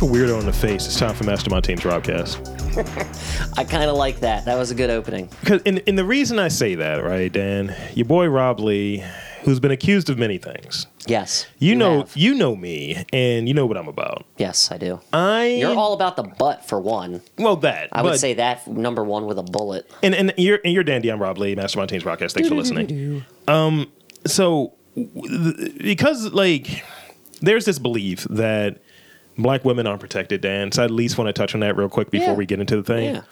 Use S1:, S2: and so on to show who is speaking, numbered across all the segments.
S1: a weirdo in the face, it's time for Mastermind Team's Robcast.
S2: I kind of like that. That was a good opening.
S1: Because, and, and the reason I say that, right, Dan, your boy Rob Lee, who's been accused of many things,
S2: Yes.
S1: you know,
S2: have.
S1: you know me, and you know what I'm about.
S2: Yes, I do.
S1: I
S2: You're all about the butt for one.
S1: well that
S2: I would say that number one with a bullet.
S1: and and you're and you're Dan I'm Rob Lee, Mastermind Team's Broadcast. Thanks for listening. Um, so w- th- because like there's this belief that black women aren't protected, Dan. So I at least want to touch on that real quick before
S2: Yeah.
S1: we get into the thing.
S2: Yeah.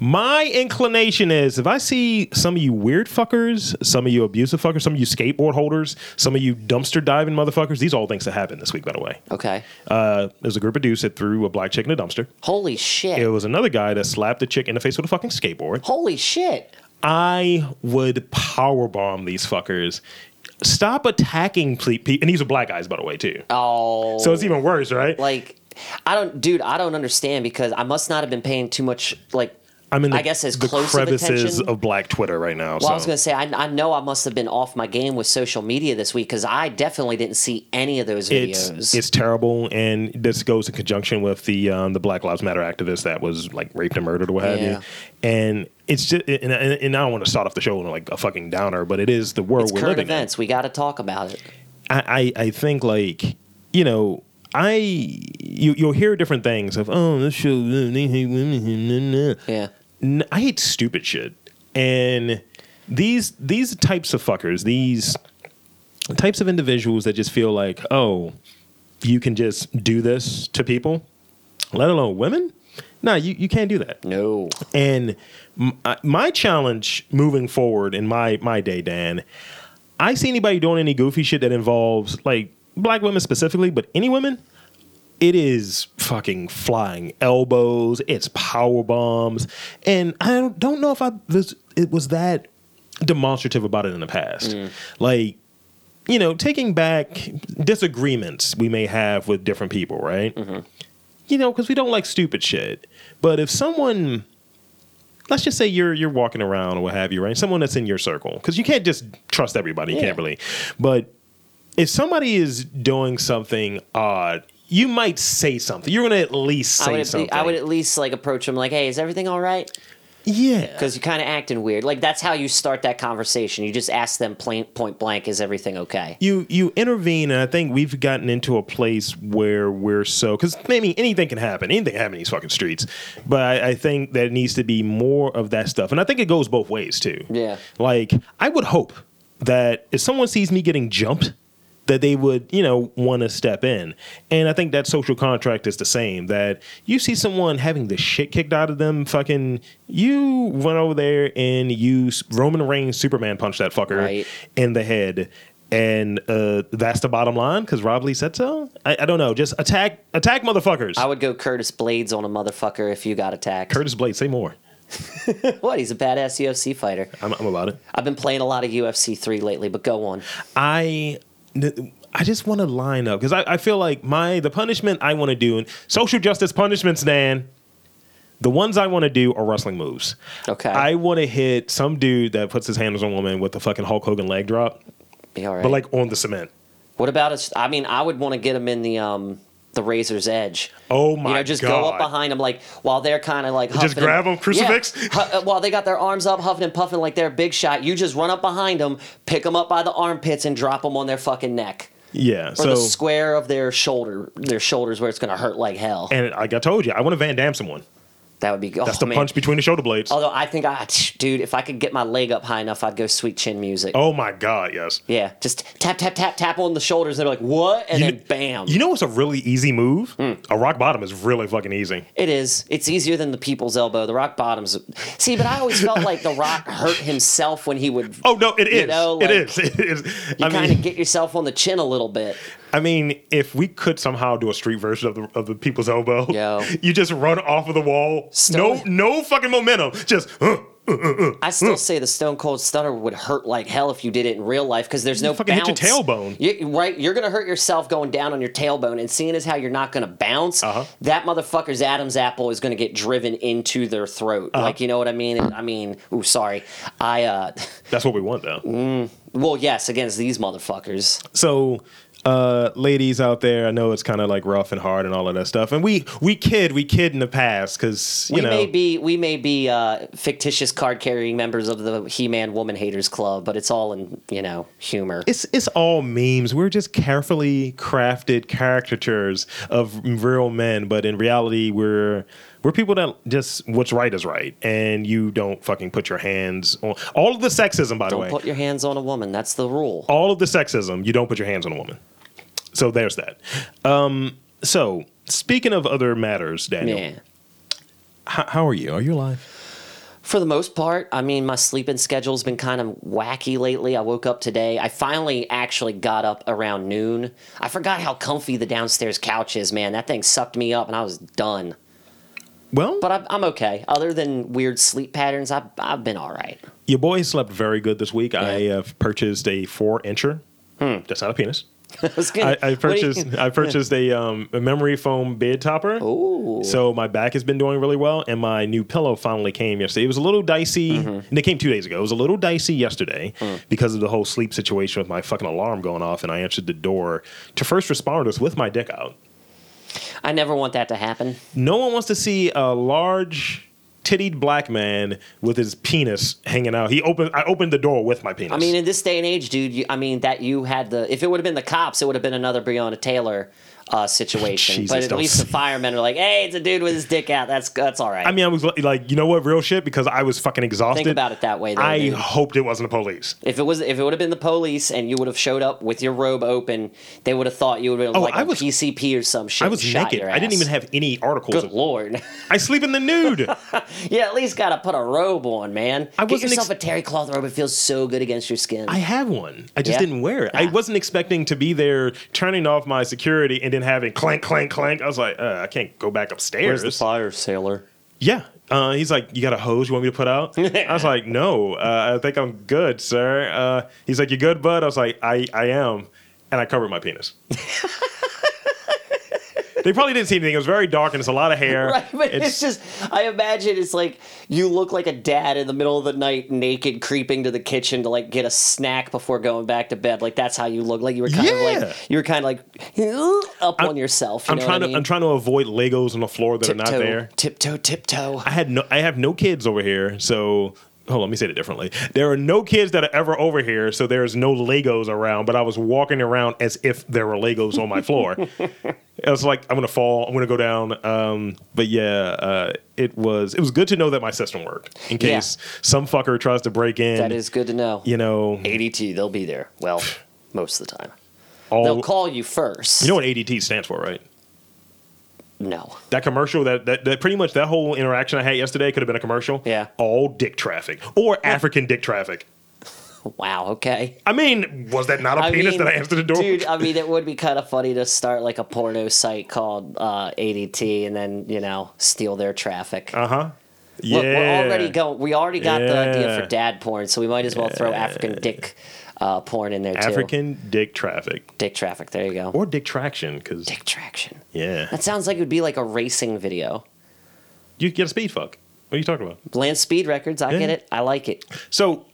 S1: My inclination is if I see some of you weird fuckers, some of you abusive fuckers, some of you skateboard holders, some of you dumpster diving motherfuckers. These are all things that happened this week, by the way.
S2: Okay.
S1: Uh, there's a group of dudes that threw a black chick in a dumpster.
S2: Holy shit.
S1: It was another guy that slapped a chick in the face with a fucking skateboard.
S2: Holy shit.
S1: I would power bomb these fuckers. Stop attacking people. And these are black guys, by the way, too.
S2: Oh.
S1: So it's even worse, right?
S2: like I don't, dude. I don't understand because I must not have been paying too much. Like
S1: I'm in the,
S2: I guess as
S1: the
S2: close of
S1: crevices
S2: attention.
S1: of, black Twitter right now.
S2: well,
S1: so.
S2: I was gonna say I, I know I must have been off my game with social media this week because I definitely didn't see any of those videos.
S1: it's it's terrible, and this goes in conjunction with the um, the Black Lives Matter activist that was like raped and murdered or what have
S2: Yeah.
S1: you. And it's just, and, and, and I don't want to start off the show on like a fucking downer, but it is the world
S2: It's
S1: we're
S2: current
S1: living in.
S2: events. We got to talk about it.
S1: I, I, I think like you know I you you'll hear different things of oh this show they hate women nah, nah.
S2: Yeah.
S1: N- I hate stupid shit and these these types of fuckers these types of individuals that just feel like oh you can just do this to people let alone women no you, you can't do that
S2: No.
S1: and m- I- my challenge moving forward in my my day, Dan, I see anybody doing any goofy shit that involves like black women specifically, but any women, it is fucking flying elbows, it's power bombs, and I don't- don't know if I this, it was that demonstrative about it in the past, like. You know, taking back disagreements we may have with different people, right? You know, because we don't like stupid shit. But if someone let's just say you're you're walking around or what have you, right? Someone that's in your circle, because you can't just trust everybody. You
S2: Yeah.
S1: can't really. But if somebody is doing something odd, you might say something. You're gonna at least
S2: I
S1: say
S2: would, at le-
S1: something.
S2: I would at least like approach him like, "Hey, is everything all right?"
S1: yeah.
S2: Because you're kind of acting weird. Like that's how you start that conversation. You just ask them plain, point blank, "Is everything okay?"
S1: You you intervene, and I think we've gotten into a place where we're so because maybe anything can happen, anything can happen in these fucking streets. But I, I think there needs to be more of that stuff, and I think it goes both ways too.
S2: Yeah.
S1: Like I would hope that if someone sees me getting jumped, that they would, you know, want to step in. And I think that social contract is the same. That you see someone having the shit kicked out of them, fucking you run over there and you s- Roman Reigns Superman punch that fucker
S2: Right.
S1: in the head. And uh, that's the bottom line because Rob Lee said so. I, I don't know. Just attack, attack motherfuckers.
S2: I would go Curtis Blades on a motherfucker if you got attacked.
S1: Curtis Blade, say more.
S2: what? He's a badass UFC fighter.
S1: I'm, I'm about it.
S2: I've been playing a lot of UFC three lately, but go on.
S1: I I just want to line up because I, I feel like my the punishment I want to do and social justice punishments, Dan. The ones I want to do are wrestling moves.
S2: Okay.
S1: I want to hit some dude that puts his hands on a woman with a fucking Hulk Hogan leg drop,
S2: Be all right.
S1: but like on the cement.
S2: what about us? I mean, I would want to get him in the um the razor's edge.
S1: Oh my
S2: you know, just
S1: god!
S2: go up behind them, like while they're kind of like
S1: Just
S2: huffing and-
S1: grab 'em,
S2: Yeah.
S1: crucifix?
S2: Hu- uh, while they got their arms up, huffing and puffing like they're a big shot. You just run up behind them, pick them up by the armpits, and drop them on their fucking neck
S1: Yeah.
S2: or
S1: So
S2: the square of their shoulder, their shoulders, where it's gonna hurt like hell.
S1: and like I told you, I want to Van Dam someone.
S2: that would be oh,
S1: That's the
S2: man. Oh.
S1: punch between the shoulder blades.
S2: Although I think I, dude, if I could get my leg up high enough, I'd go sweet chin music.
S1: oh my god! Yes.
S2: Yeah, just tap tap tap tap on the shoulders, and they're like, "What?" And
S1: You
S2: then
S1: kn-
S2: bam,
S1: You know what's a really easy move?
S2: Hmm.
S1: A rock bottom is really fucking easy.
S2: it is. It's easier than the people's elbow. The rock bottoms. See, but I always felt like the rock hurt himself when he would.
S1: Oh no, it is.
S2: You know, like,
S1: it is. It is.
S2: You
S1: I mean-
S2: kind of get yourself on the chin a little bit.
S1: I mean, if we could somehow do a street version of the of the people's elbow,
S2: Yo.
S1: you just run off of the wall,
S2: Stone-
S1: no no fucking momentum, just uh,
S2: I still say the Stone Cold Stunner would hurt like hell if you did it in real life because there's no
S1: fucking hit
S2: bounce.
S1: your tailbone.
S2: You- right, you're gonna hurt yourself going down on your tailbone, and seeing as how you're not gonna bounce,
S1: Uh-huh.
S2: that motherfucker's Adam's apple is gonna get driven into their throat.
S1: Uh-huh.
S2: Like you know what I mean? And, I mean, ooh, sorry. I uh,
S1: that's what we want though.
S2: well, yes, against these motherfuckers.
S1: So, uh, ladies out there, I know it's kind of like rough and hard and all of that stuff. And we we kid, we kid in the past because you
S2: we
S1: know
S2: may be we may be uh, fictitious card carrying members of the He-Man Woman Haters Club, but it's all in you know humor.
S1: it's it's all memes. We're just carefully crafted caricatures of real men, but in reality, we're we're people that just what's right is right, and you don't fucking put your hands on all of the sexism. By the
S2: Don't
S1: way,
S2: put your hands on a woman. That's the rule.
S1: all of the sexism, you don't put your hands on a woman. So there's that. Um, so speaking of other matters, Daniel,
S2: yeah.
S1: h- how are you? Are you alive?
S2: For the most part, I mean, my sleeping schedule's been kind of wacky lately. I woke up today. I finally actually got up around noon. I forgot how comfy the downstairs couch is, man. That thing sucked me up and I was done.
S1: Well,
S2: But I'm, I'm okay. Other than weird sleep patterns, I've, I've been all right.
S1: your boy slept very good this week. I have purchased a four incher.
S2: Hmm.
S1: That's not a penis.
S2: I, was
S1: I, I
S2: gonna- what do you-
S1: purchased I purchased a, um, a memory foam bed topper.
S2: Ooh.
S1: So my back has been doing really well, and my new pillow finally came yesterday. It was a little dicey,
S2: Mm-hmm.
S1: and it came two days ago. It was a little dicey yesterday
S2: Mm.
S1: because of the whole sleep situation with my fucking alarm going off, and I answered the door to first responders with my dick out.
S2: I never want that to happen.
S1: No one wants to see a large tittied black man with his penis hanging out. He opened I opened the door with my penis.
S2: I mean, in this day and age, dude, you, I mean, that you had the. If it would have been the cops, it would have been another Breonna Taylor uh, situation.
S1: Jesus,
S2: but at
S1: don't
S2: least
S1: say-
S2: the firemen are like, hey, it's a dude with his dick out. That's, that's all right.
S1: I mean, I was li- like, you know what, real shit, because I was fucking exhausted.
S2: Think about it that way. Though,
S1: I
S2: dude.
S1: hoped it wasn't the police.
S2: If it was, if it would have been the police, and you would have showed up with your robe open, they would have thought you would have been
S1: Oh,
S2: like
S1: I
S2: a
S1: was-
S2: PCP or some shit.
S1: I
S2: and
S1: was
S2: shot
S1: naked.
S2: your
S1: I didn't
S2: ass.
S1: even have any articles.
S2: Good lord!
S1: I sleep in the nude.
S2: you at least gotta put a robe on, man.
S1: I
S2: Get
S1: wasn't
S2: yourself
S1: ex-
S2: a terry cloth robe. It feels so good against your skin.
S1: I have one. I just
S2: Yeah?
S1: didn't wear it. I
S2: Yeah.
S1: wasn't expecting to be there turning off my security and then having clank, clank, clank. I was like, uh, I can't go back upstairs.
S2: fire, sailor?
S1: yeah. Uh, he's like, you got a hose you want me to put out? I was like, no, uh, I think I'm good, sir. Uh, he's like, you good, bud? I was like, I, I am. And I covered my penis. they probably didn't see anything. It was very dark and it's a lot of hair.
S2: Right, but it's, just I imagine it's like you look like a dad in the middle of the night, naked, creeping to the kitchen to like get a snack before going back to bed. Like that's how you look. Like you were kind of
S1: Yeah.
S2: like you were kind of like up on yourself. You
S1: I'm
S2: know
S1: trying
S2: what I
S1: to
S2: mean?
S1: I'm trying to avoid Legos on the floor that are not there.
S2: Tiptoe, tiptoe.
S1: I had no I have no kids over here, so hold on, let me say it differently. There are no kids that are ever over here, so there's no Legos around, but I was walking around as if there were Legos on my floor. I was like, I'm gonna fall, I'm gonna go down. Um, but yeah, uh, it was it was good to know that my system worked in
S2: Yeah.
S1: case some fucker tries to break in.
S2: That is good to know.
S1: you know
S2: ADT, they'll be there. Well, most of the time. They'll
S1: all
S2: call you first.
S1: Oh. you know what ADT stands for, right?
S2: no.
S1: That commercial, that, that that pretty much that whole interaction I had yesterday could have been a commercial.
S2: Yeah.
S1: All dick traffic or African dick traffic.
S2: Wow. Okay.
S1: I mean, was that not a
S2: I
S1: penis
S2: mean,
S1: that I answered the door?
S2: Dude, I mean, it would be kind of funny to start like a porno site called uh, ADT and then, you know, steal their traffic.
S1: uh huh. Yeah.
S2: Look, we're already going. We already got the idea
S1: Yeah.
S2: for dad porn, so we might as well throw African dick uh, porn in there too.
S1: African dick traffic
S2: dick traffic. There you go.
S1: or dick traction, because
S2: dick traction.
S1: yeah,
S2: That sounds like it would be like a racing video.
S1: you get a speed fuck. What are you talking about?
S2: Land speed records. I get
S1: Yeah.
S2: it. I like it.
S1: So,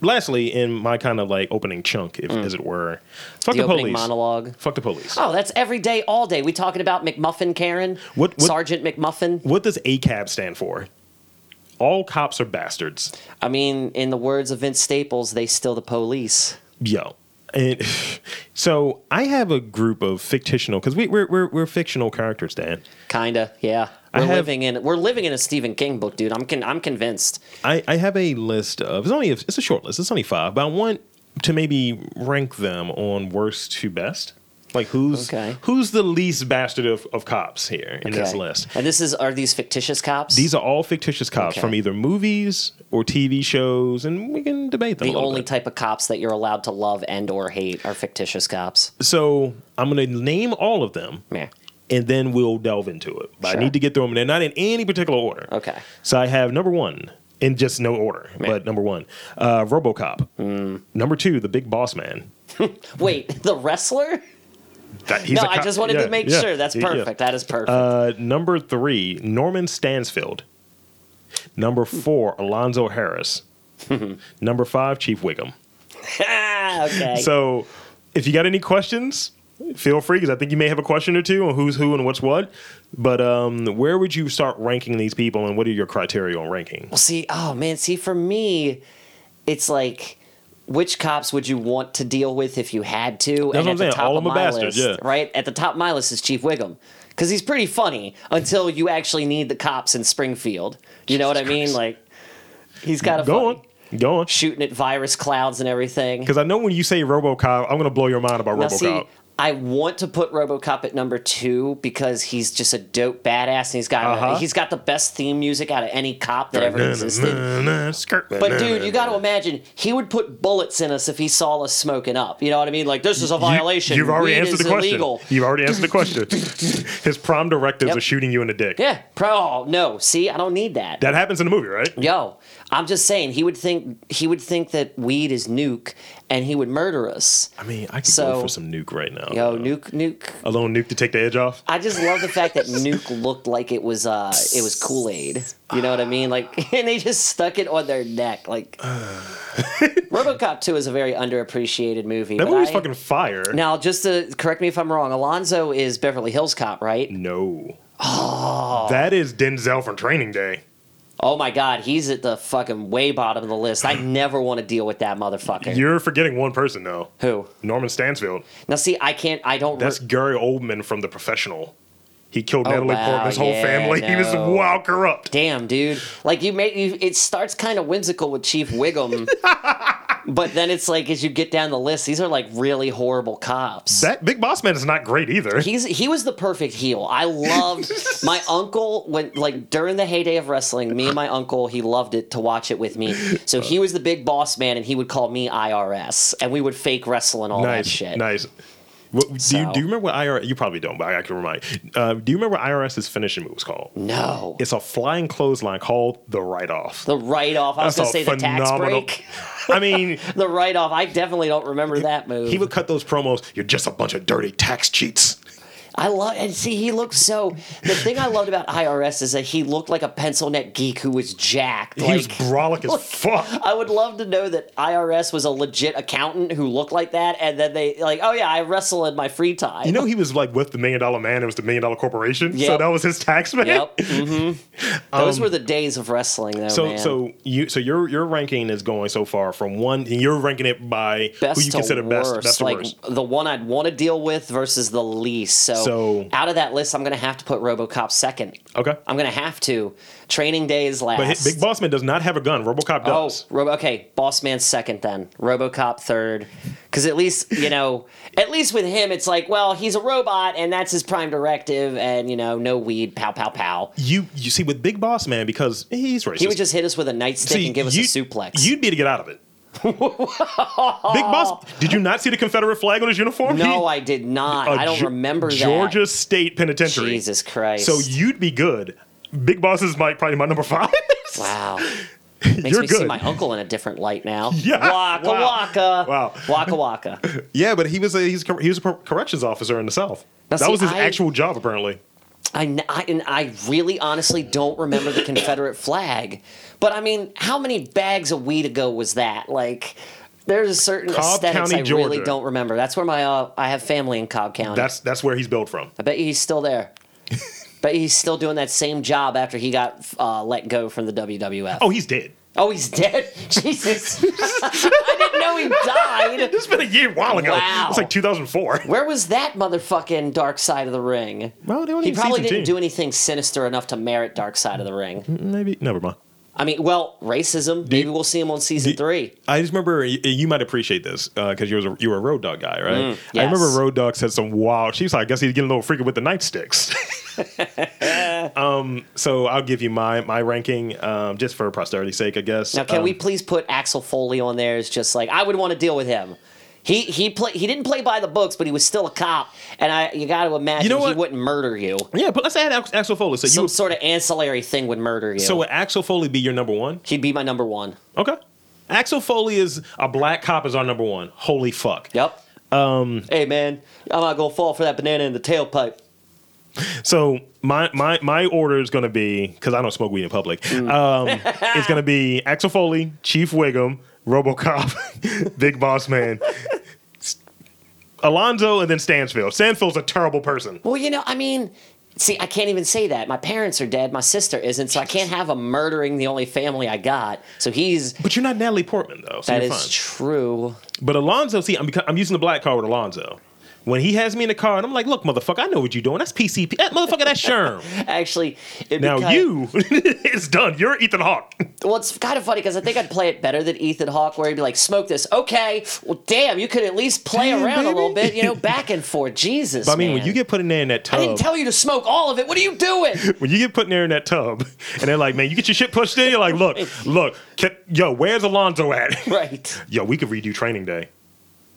S1: lastly, in my kind of like opening chunk, if as it were, fuck
S2: Mm. The
S1: the,
S2: opening
S1: police.
S2: monologue.
S1: Fuck the police.
S2: Oh, that's every day, all day. We talking about McMuffin, Karen.
S1: What- what-
S2: Sergeant McMuffin?
S1: What does ACAB stand for? All cops are bastards.
S2: I mean, in the words of Vince Staples, they still the police.
S1: Yo. And so I have a group of fictional because we, we're, we're we're fictional characters, Dan.
S2: Kinda, yeah.
S1: I
S2: We're
S1: have-
S2: living in we're living in a Stephen King book, dude. I'm con- I'm convinced.
S1: I, I have a list of it's only it's a short list. It's only five, but I want to maybe rank them on worst to best. Like who's
S2: Okay.
S1: who's the least bastard of, of cops here in this
S2: Okay.
S1: list?
S2: And this is are these fictitious cops?
S1: These are all fictitious cops
S2: Okay.
S1: from either movies or TV shows, and we can debate them.
S2: the
S1: a little
S2: only
S1: bit.
S2: type of cops that you're allowed to love and or hate are fictitious cops.
S1: so I'm going to name all of them,
S2: Yeah.
S1: and then we'll delve into it. But
S2: Sure.
S1: I need to get through them, and they're not in any particular order.
S2: Okay.
S1: So I have number one in just no order, but number one, uh, RoboCop.
S2: Hmm.
S1: Number two, the Big Boss Man.
S2: Wait, the wrestler?
S1: That, he's
S2: No,
S1: a
S2: I
S1: cop.
S2: just wanted
S1: Yeah,
S2: to make
S1: yeah,
S2: sure. That's
S1: yeah, yeah.
S2: perfect. That is perfect.
S1: Uh, number three, Norman Stansfield. Number
S2: Hmm.
S1: four, Alonzo Harris. number five, Chief Wiggum.
S2: okay.
S1: Uh, So if you got any questions, feel free because I think you may have a question or two on who's who and what's what. But um, where would you start ranking these people, and what are your criteria on ranking?
S2: Well, see, oh man, see, for me, it's like which cops would you want to deal with if you had to?
S1: That's what I'm saying, all of them
S2: my
S1: bastards,
S2: list,
S1: yeah.
S2: right at the top of my list is Chief Wiggum because he's pretty funny until you actually need the cops in Springfield. You know what I mean?
S1: Christ.
S2: Like he's got a
S1: Go on, go on.
S2: shooting at virus clouds and everything.
S1: Because I know when you say RoboCop, I'm gonna blow your mind about
S2: Now,
S1: RoboCop.
S2: see, I want to put RoboCop at number two because he's just a dope badass, and he's got
S1: Uh-huh.
S2: he's got the best theme music out of any cop that ever existed. But
S1: But
S2: dude, you got to imagine he would put bullets in us if he saw us smoking up. You know what I mean? Like this is a violation.
S1: You, have already
S2: Weed
S1: answered
S2: is
S1: the question.
S2: Illegal.
S1: You've already answered the question. His prom directives
S2: Yep.
S1: are shooting you in the dick.
S2: Yeah, pro. No, see, I don't need that.
S1: That happens in the movie, right?
S2: Yo, I'm just saying he would think he would think that weed is nuke, and he would murder us.
S1: I mean, I could
S2: So-
S1: go for some nuke right now.
S2: Yo, nuke, nuke.
S1: A little nuke to take the edge off.
S2: I just love the fact that Nuke looked like it was uh it was Kool Aid. You know what I mean? Like, and they just stuck it on their neck. Like, RoboCop Two is a very underappreciated movie.
S1: That
S2: but
S1: movie's
S2: I-
S1: fucking fire.
S2: Now, just to correct me if I'm wrong, Alonzo is Beverly Hills Cop, right?
S1: No. That is Denzel from Training Day.
S2: Oh my God, he's at the fucking way bottom of the list. I never want to deal with that motherfucker.
S1: You're forgetting one person though.
S2: Who?
S1: Norman Stansfield.
S2: Now, see, I can't. I don't.
S1: That's
S2: re-
S1: Gary Oldman from The Professional. He killed Natalie
S2: Oh, wow,
S1: Portman's whole
S2: yeah,
S1: family. He was
S2: no.
S1: wild corrupt.
S2: Damn, dude. Like you make you it starts kind of whimsical with Chief Wiggum. but then it's like as you get down the list, these are like really horrible cops.
S1: That Big Boss Man is not great either.
S2: He's he was the perfect heel. I loved my uncle when like during the heyday of wrestling, me and my uncle, he loved it to watch it with me. So he was the big boss man and he would call me IRS and we would fake wrestle and all
S1: nice,
S2: that shit.
S1: nice. What, do, you,
S2: So-
S1: do you remember what IRS? You probably don't, but I can remind. Uh, do you remember what IRS's finishing move was called?
S2: No.
S1: It's a flying clothesline called the Write Off.
S2: the write off. I was gonna say the tax break.
S1: I mean,
S2: The write off. I definitely don't remember that move.
S1: he would cut those promos. You're just a bunch of dirty tax cheats.
S2: I love and see he looked so. The thing I loved about IRS is that he looked like a pencil neck geek who was jacked.
S1: He was
S2: like
S1: brolic as fuck.
S2: I would love to know that IRS was a legit accountant who looked like that, and then they like, oh yeah, I wrestle in my free time.
S1: You know, he was like with the Million Dollar Man. It was the Million Dollar Corporation. So
S2: Yep.
S1: that was his tax man.
S2: yep. hmm Those were the days of wrestling, though.
S1: Um, So
S2: man.
S1: so you so your your ranking is going so far from one. and You're ranking it by
S2: best
S1: who you
S2: to
S1: consider
S2: worst,
S1: best, best to
S2: like
S1: worst.
S2: the one I'd want to deal with versus the least. So,
S1: So-
S2: out of that list, I'm gonna have to put RoboCop second.
S1: Okay.
S2: I'm gonna have to. Training Day is last.
S1: But hit- Big Boss Man does not have a gun. RoboCop
S2: Oh,
S1: does.
S2: Robo- okay. Boss Man's second, then RoboCop third, because at least you know, at least with him, it's like, well, he's a robot, and that's his prime directive, and you know, no weed, pow, pow, pow.
S1: You you see with Big Boss Man because he's racist.
S2: He would just hit us with a nightstick
S1: See,
S2: and give us
S1: you-
S2: a suplex.
S1: You'd be to get out of it. Big Boss, did you not see the Confederate flag on his uniform?
S2: no,
S1: He-
S2: I did not.
S1: a
S2: I don't
S1: Ge-
S2: remember that.
S1: Georgia State Penitentiary.
S2: Jesus Christ.
S1: So you'd be good. Big Boss is my probably my number five.
S2: wow. Makes
S1: You're
S2: me see
S1: good.
S2: my uncle in a different light now.
S1: Yeah,
S2: Waka
S1: wow.
S2: waka.
S1: Wow.
S2: Waka waka.
S1: yeah, but he was a he's cor- he was a cor- corrections officer in the South.
S2: Now,
S1: that
S2: see,
S1: was his
S2: I-
S1: actual job apparently.
S2: I, n- I- and I really honestly don't remember the Confederate flag. But I mean, how many bags of weed ago was that? Like, there's a certain
S1: Cobb
S2: aesthetics
S1: County,
S2: I
S1: Georgia.
S2: really don't remember. That's where my uh, I have family in Cobb County.
S1: That's that's where he's built from.
S2: I bet you he's still there. Bet you he's still doing that same job after he got uh, let go from the WWF. Oh,
S1: Oh, he's dead.
S2: he's dead. Jesus, I didn't know he died.
S1: This has been a year while ago.
S2: Wow.
S1: It's like 2004.
S2: Where was that motherfucking Dark Side of the Ring?
S1: Well, they only
S2: he
S1: have
S2: probably
S1: season
S2: didn't
S1: two.
S2: do anything sinister enough to merit Dark Side of the Ring.
S1: Maybe never mind.
S2: I mean, well, racism. Maybe we'll see him on season
S1: do-
S2: three.
S1: I just remember you, you might appreciate this because you was a, you were a road dog guy, right? I
S2: Mm, yes.
S1: remember road dog said some wild. She's like, I guess he's getting a little freaky with the nightsticks. um, so I'll give you my my ranking um, just for posterity's sake, I guess.
S2: Now, can
S1: Um,
S2: we please put Axel Foley on there? It's just like I would want to deal with him. He he play he didn't play by the books, but he was still a cop, and I you got to imagine
S1: know
S2: he
S1: what?
S2: wouldn't murder you.
S1: Yeah, but let's add Ax- Axel Foley. So
S2: Some
S1: you would,
S2: sort of ancillary thing would murder you.
S1: so would Axel Foley be your number one?
S2: he'd be my number one.
S1: Okay. Axel Foley is a black cop is our number one. Holy fuck.
S2: Yep. Um. Hey man, I'm not gonna fall for that banana in the tailpipe.
S1: So my my my order is going to be because I don't smoke weed in public. Um, it's going to be Axel Foley, Chief Wiggum, RoboCop, Big Boss Man, S- Alonzo and then Stansfield. Stansfield's a terrible person.
S2: Well, you know, I mean, see, I can't even say that. My parents are dead. My sister isn't, so I can't have him murdering the only family I got. So he's.
S1: But you're not Natalie Portman though. So
S2: That
S1: you're
S2: is
S1: fine.
S2: true.
S1: But Alonzo, see, I'm beca- I'm using the black card with Alonzo. When he has me in the car, and I'm like, "Look, motherfucker, I know what you're doing. That's PCP. That motherfucker, that's Sherm.
S2: Actually, it'd be
S1: now
S2: kinda-
S1: you, it's done. You're Ethan Hawke.
S2: Well, it's kind of funny because I think I'd play it better than Ethan Hawke, where he'd be like, "Smoke this, okay? Well, damn, you could at least play
S1: Damn,
S2: around a little
S1: baby.
S2: bit, you know, back and forth." Jesus,
S1: But I mean, when
S2: man.
S1: you get put in there in that
S2: I
S1: tub,
S2: didn't tell you to smoke all of it. What are you doing?
S1: when you get put in there in that tub, and they're like, "Man, you get your shit pushed in." You're like, "Look, look, can, yo, where's Alonzo at?
S2: right.
S1: yo, we could redo Training Day.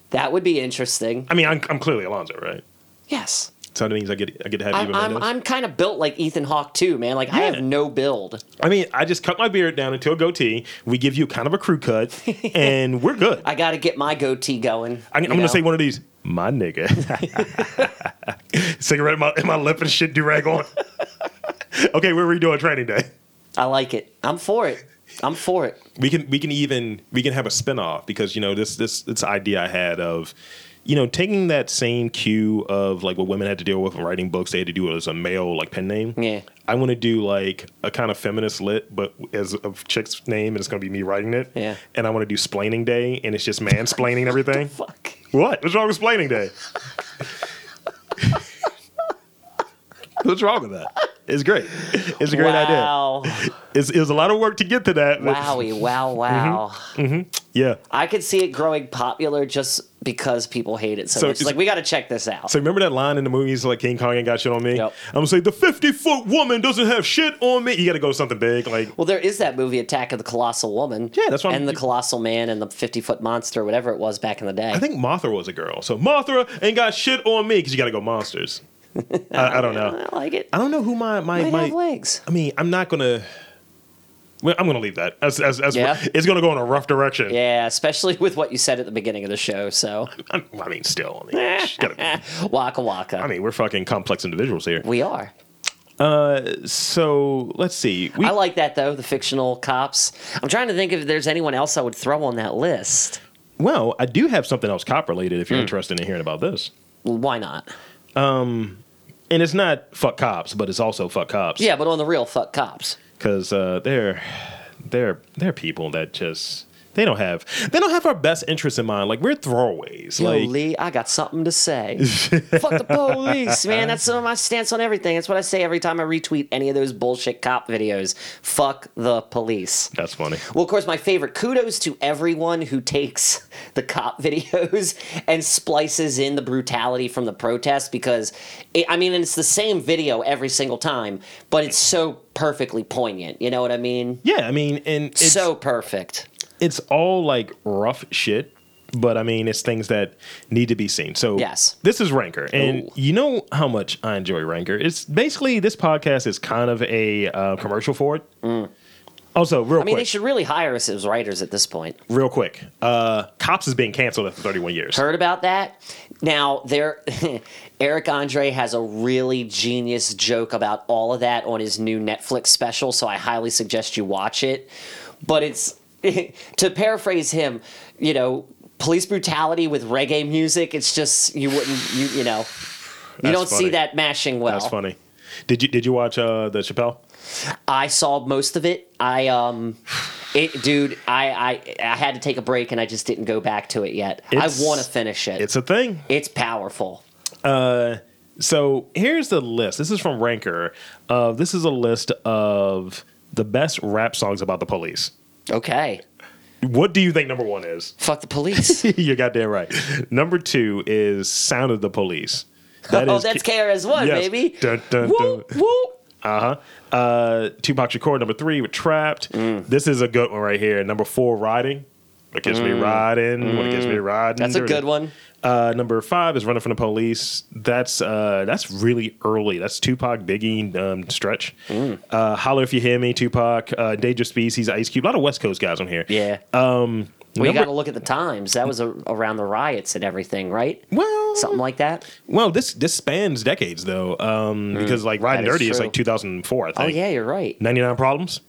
S2: That would be interesting.
S1: I mean, I'm, I'm clearly Alonzo, right?
S2: Yes.
S1: So that means I get I get to have
S2: I'm,
S1: even
S2: I'm,
S1: windows.
S2: I'm kind of built like Ethan Hawke too, man. Like I
S1: Yeah.
S2: have no build.
S1: I mean, I just cut my beard down into a goatee. We give you kind of a crew cut, and we're good.
S2: I got to get my goatee going.
S1: I, I'm
S2: you
S1: going
S2: know?
S1: to say one of these, my nigga. Cigarette in my, in my lip and shit do rag on. okay, we're redoing training day.
S2: I like it. I'm for it. I'm for it.
S1: We can we can even we can have a spinoff because you know this this this idea I had of you know taking that same cue of like what women had to deal with when writing books they had to do it as a male like pen name.
S2: Yeah.
S1: I want to do like a kind of feminist lit, but as a chick's name, and it's going to be me writing it.
S2: Yeah.
S1: And I want to do splaining day, and it's just mansplaining and everything.
S2: Fuck.
S1: What? What's wrong with splaining day? What's wrong with that? It's great. It's a great idea.
S2: wow.
S1: It's, it was a lot of work to get to that. but-
S2: Wowie.
S1: Mm-hmm.
S2: Wow. Wow.
S1: Yeah.
S2: I could see it growing popular just because people hate it so,
S1: So
S2: much. It's
S1: is-
S2: like we got to check this out.
S1: So remember that line in the movies like King Kong ain't got shit on me?
S2: Yep.
S1: I'm gonna say the 50 foot woman doesn't have shit on me. You gotta go to something big. Like
S2: well, there is that movie Attack of the Colossal Woman.
S1: Yeah, that's what I'm-
S2: And the Colossal Man and the 50 foot monster, or whatever it was back in the day.
S1: I think Mothra was a girl. So Mothra ain't got shit on me because you gotta go monsters. I, I don't know.
S2: I like it.
S1: I don't know who my my,
S2: Might
S1: my
S2: have legs.
S1: I mean, I'm not gonna. Well, I'm gonna leave that. As, as, as
S2: Yeah.
S1: it's gonna go in a rough direction.
S2: Yeah, especially with what you said at the beginning of the show. So,
S1: I'm, I mean, still. I mean, it's gotta-
S2: waka waka.
S1: I mean, we're fucking complex individuals here.
S2: we are.
S1: So let's see. We,
S2: I like that though, the fictional cops. I'm trying to think if there's anyone else I would throw on that list.
S1: well, I do have something else cop related. If you're
S2: Hmm.
S1: interested in hearing about this,
S2: Well, Why not?
S1: and it's not fuck cops, but it's also fuck cops.
S2: Yeah, but on the real fuck cops.
S1: because uh, they're they're they're people that just they don't have they don't have our best interests in mind. Like we're throwaways.
S2: Yo,
S1: like
S2: Lee, I got something to say. Fuck the police, man. That's some of my stance on everything. That's what I say every time I retweet any of those bullshit cop videos. Fuck the police.
S1: that's funny.
S2: Well, of course, my favorite kudos to everyone who takes the cop videos and splices in the brutality from the protest because, it, I mean, and it's the same video every single time, but it's so perfectly poignant. You know what I mean?
S1: Yeah, I mean, and it's,
S2: so perfect.
S1: it's all like rough shit, but I mean, it's things that need to be seen. So
S2: Yes. Oh.
S1: this is Ranker, and
S2: Ooh.
S1: you know how much I enjoy Ranker. It's basically this podcast is kind of a uh, commercial for it. Also, real
S2: Mm. I mean, they
S1: quick,
S2: should really hire us as writers at this point.
S1: real quick, uh, Cops is being canceled after 31 years.
S2: Heard about that? Now there, Eric Andre has a really genius joke about all of that on his new Netflix special. So I highly suggest you watch it. But it's to paraphrase him, you know, police brutality with reggae music. It's just you wouldn't, you you know, you
S1: That's
S2: don't
S1: funny.
S2: see that mashing well.
S1: That's funny. Did you did you watch uh, the Chappelle?
S2: I saw most of it. I um, it dude, I I I had to take a break and I just didn't go back to it yet.
S1: It's-
S2: I want to finish it.
S1: It's a thing.
S2: it's powerful.
S1: Uh, So here's the list. This is from Ranker. Uh, this is a list of the best rap songs about the police.
S2: Okay.
S1: What do you think number one is?
S2: Fuck the police.
S1: You're goddamn right. Number two is Sound of the Police. That
S2: oh,
S1: is-
S2: that's KRS1,
S1: Yes.
S2: baby.
S1: Dun, dun,
S2: Woo, woo.
S1: uh, Tupac Shakur. Number three with Trapped.
S2: Mm.
S1: This is a good one right here. Number four, Riding. What gets me riding? What gets me riding?
S2: Mm. That's a good one.
S1: Uh, number five is Running from the Police. That's uh, that's really early. That's Tupac, Biggie, um, Stretch.
S2: Mm.
S1: Uh, Holler if you hear me, Tupac, uh, Dangerous Species, Ice Cube. A lot of West Coast guys on here.
S2: Yeah.
S1: Um,
S2: well, you
S1: number-
S2: got to look at the times. That was a, around the riots and everything, right?
S1: well,
S2: Something like that.
S1: well, this this spans decades though, um, because like Riding
S2: That Mm. is
S1: Dirty is
S2: true.
S1: like 2004, I think.
S2: Oh yeah, you're right.
S1: 99 Problems.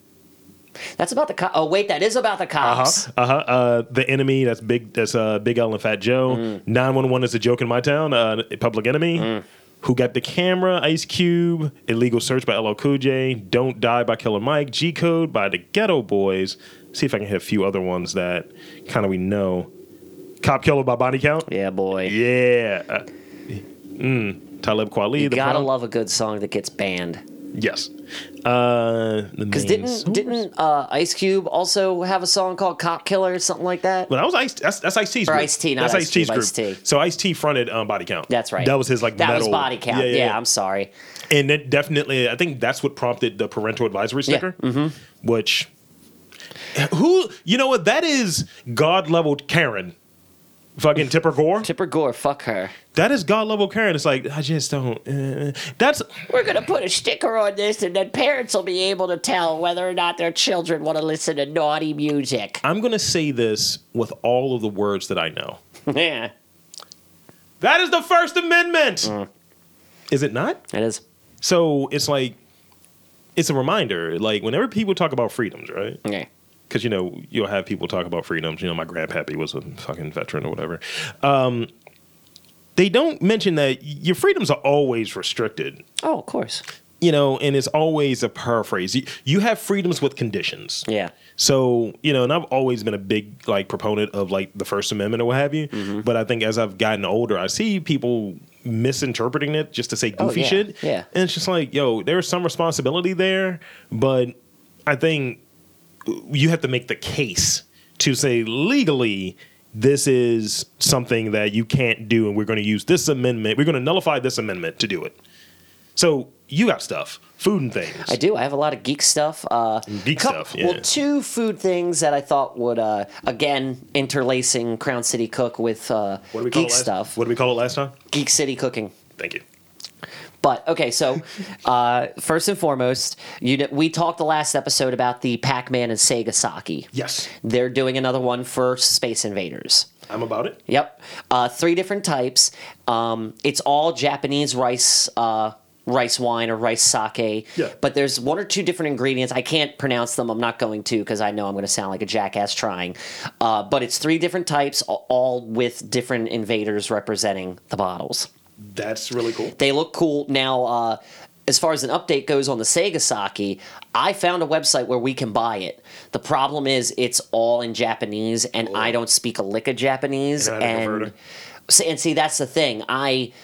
S2: That's about the co- oh wait, that is about the cops.
S1: Uh-huh. Uh-huh. Uh, the enemy. That's big. That's uh, Big L and Fat Joe.
S2: Mm.
S1: Nine one one is a joke in my town. Uh, public enemy. Who got the camera? Ice Cube. Illegal search by LL Cool J. Don't die by Killer Mike. G Code by the Ghetto Boys. See if I can hit a few other ones that kind of we know. Cop Killer by Body Count.
S2: Yeah, boy.
S1: Yeah. Uh, mm. Talib Kweli.
S2: you
S1: the
S2: gotta
S1: Prom-
S2: love a good song that gets banned.
S1: Yes. Uh,
S2: Because didn't didn't uh, Ice Cube also have a song called "Cop Killer" or something like that?
S1: But that was Ice. That's that's Ice T's.
S2: Or
S1: group.
S2: Ice-T, not
S1: That's
S2: Ice
S1: Ice-T's
S2: Cube, Ice-T.
S1: So Ice T fronted um, Body Count.
S2: That's right.
S1: That was his like
S2: That
S1: metal.
S2: was body count. Yeah, I'm sorry.
S1: and it definitely, I think that's what prompted the parental advisory sticker,
S2: mm-hmm.
S1: which who you know what that is God level Karen, fucking Tipper Gore.
S2: Tipper Gore, fuck her.
S1: that is God level Karen. It's like I just don't. Uh, that's
S2: We're gonna put a sticker on this, and then parents will be able to tell whether or not their children want to listen to naughty music.
S1: I'm gonna say this with all of the words that I know.
S2: yeah,
S1: That is the First Amendment.
S2: Mm.
S1: Is it not?
S2: it is.
S1: So it's like it's a reminder. Like whenever people talk about freedoms, right?
S2: Yeah,
S1: Because you know you'll have people talk about freedoms. You know, my grandpappy was a fucking veteran or whatever. Um, they don't mention that your freedoms are always restricted.
S2: Oh, of course.
S1: You know, and it's always a paraphrase. You, you have freedoms with conditions.
S2: Yeah.
S1: So, you know, and I've always been a big like proponent of like the First Amendment or what have you.
S2: Mm-hmm.
S1: But I think as I've gotten older, I see people misinterpreting it just to say
S2: Oh,
S1: goofy
S2: yeah.
S1: shit.
S2: Yeah.
S1: And it's just like, yo, there's some responsibility there, but I think you have to make the case to say legally this is something that you can't do and we're going to use this amendment. We're going to nullify this amendment to do it. So, you got stuff, food and things.
S2: I do. I have a lot of geek stuff. Uh,
S1: Geek
S2: cou-
S1: stuff, yeah.
S2: Well, two food things that I thought would uh, again interlacing Crown City Cook with uh,
S1: what do we call
S2: geek
S1: it last,
S2: stuff,
S1: What do we call it last time?
S2: Geek City Cooking.
S1: Thank you.
S2: But okay, so uh, first and foremost, you kn- we talked the last episode about the Pac-Man and Sega Saki.
S1: Yes.
S2: They're doing another one for Space Invaders.
S1: I'm about it.
S2: Yep. Uh, three different types. Um, it's all Japanese rice. Uh, Rice wine or rice sake,
S1: Yeah.
S2: but there's one or two different ingredients. I can't pronounce them. I'm not going to because I know I'm going to sound like a jackass trying. Uh, but it's three different types, a- all with different invaders representing the bottles.
S1: That's really cool.
S2: They look cool. Now, uh, as far as an update goes on the Sega Saki, I found a website where we can buy it. The problem is it's all in Japanese, and I don't speak a lick of Japanese.
S1: And I don't convert
S2: And,
S1: it.
S2: see- and see, that's the thing. I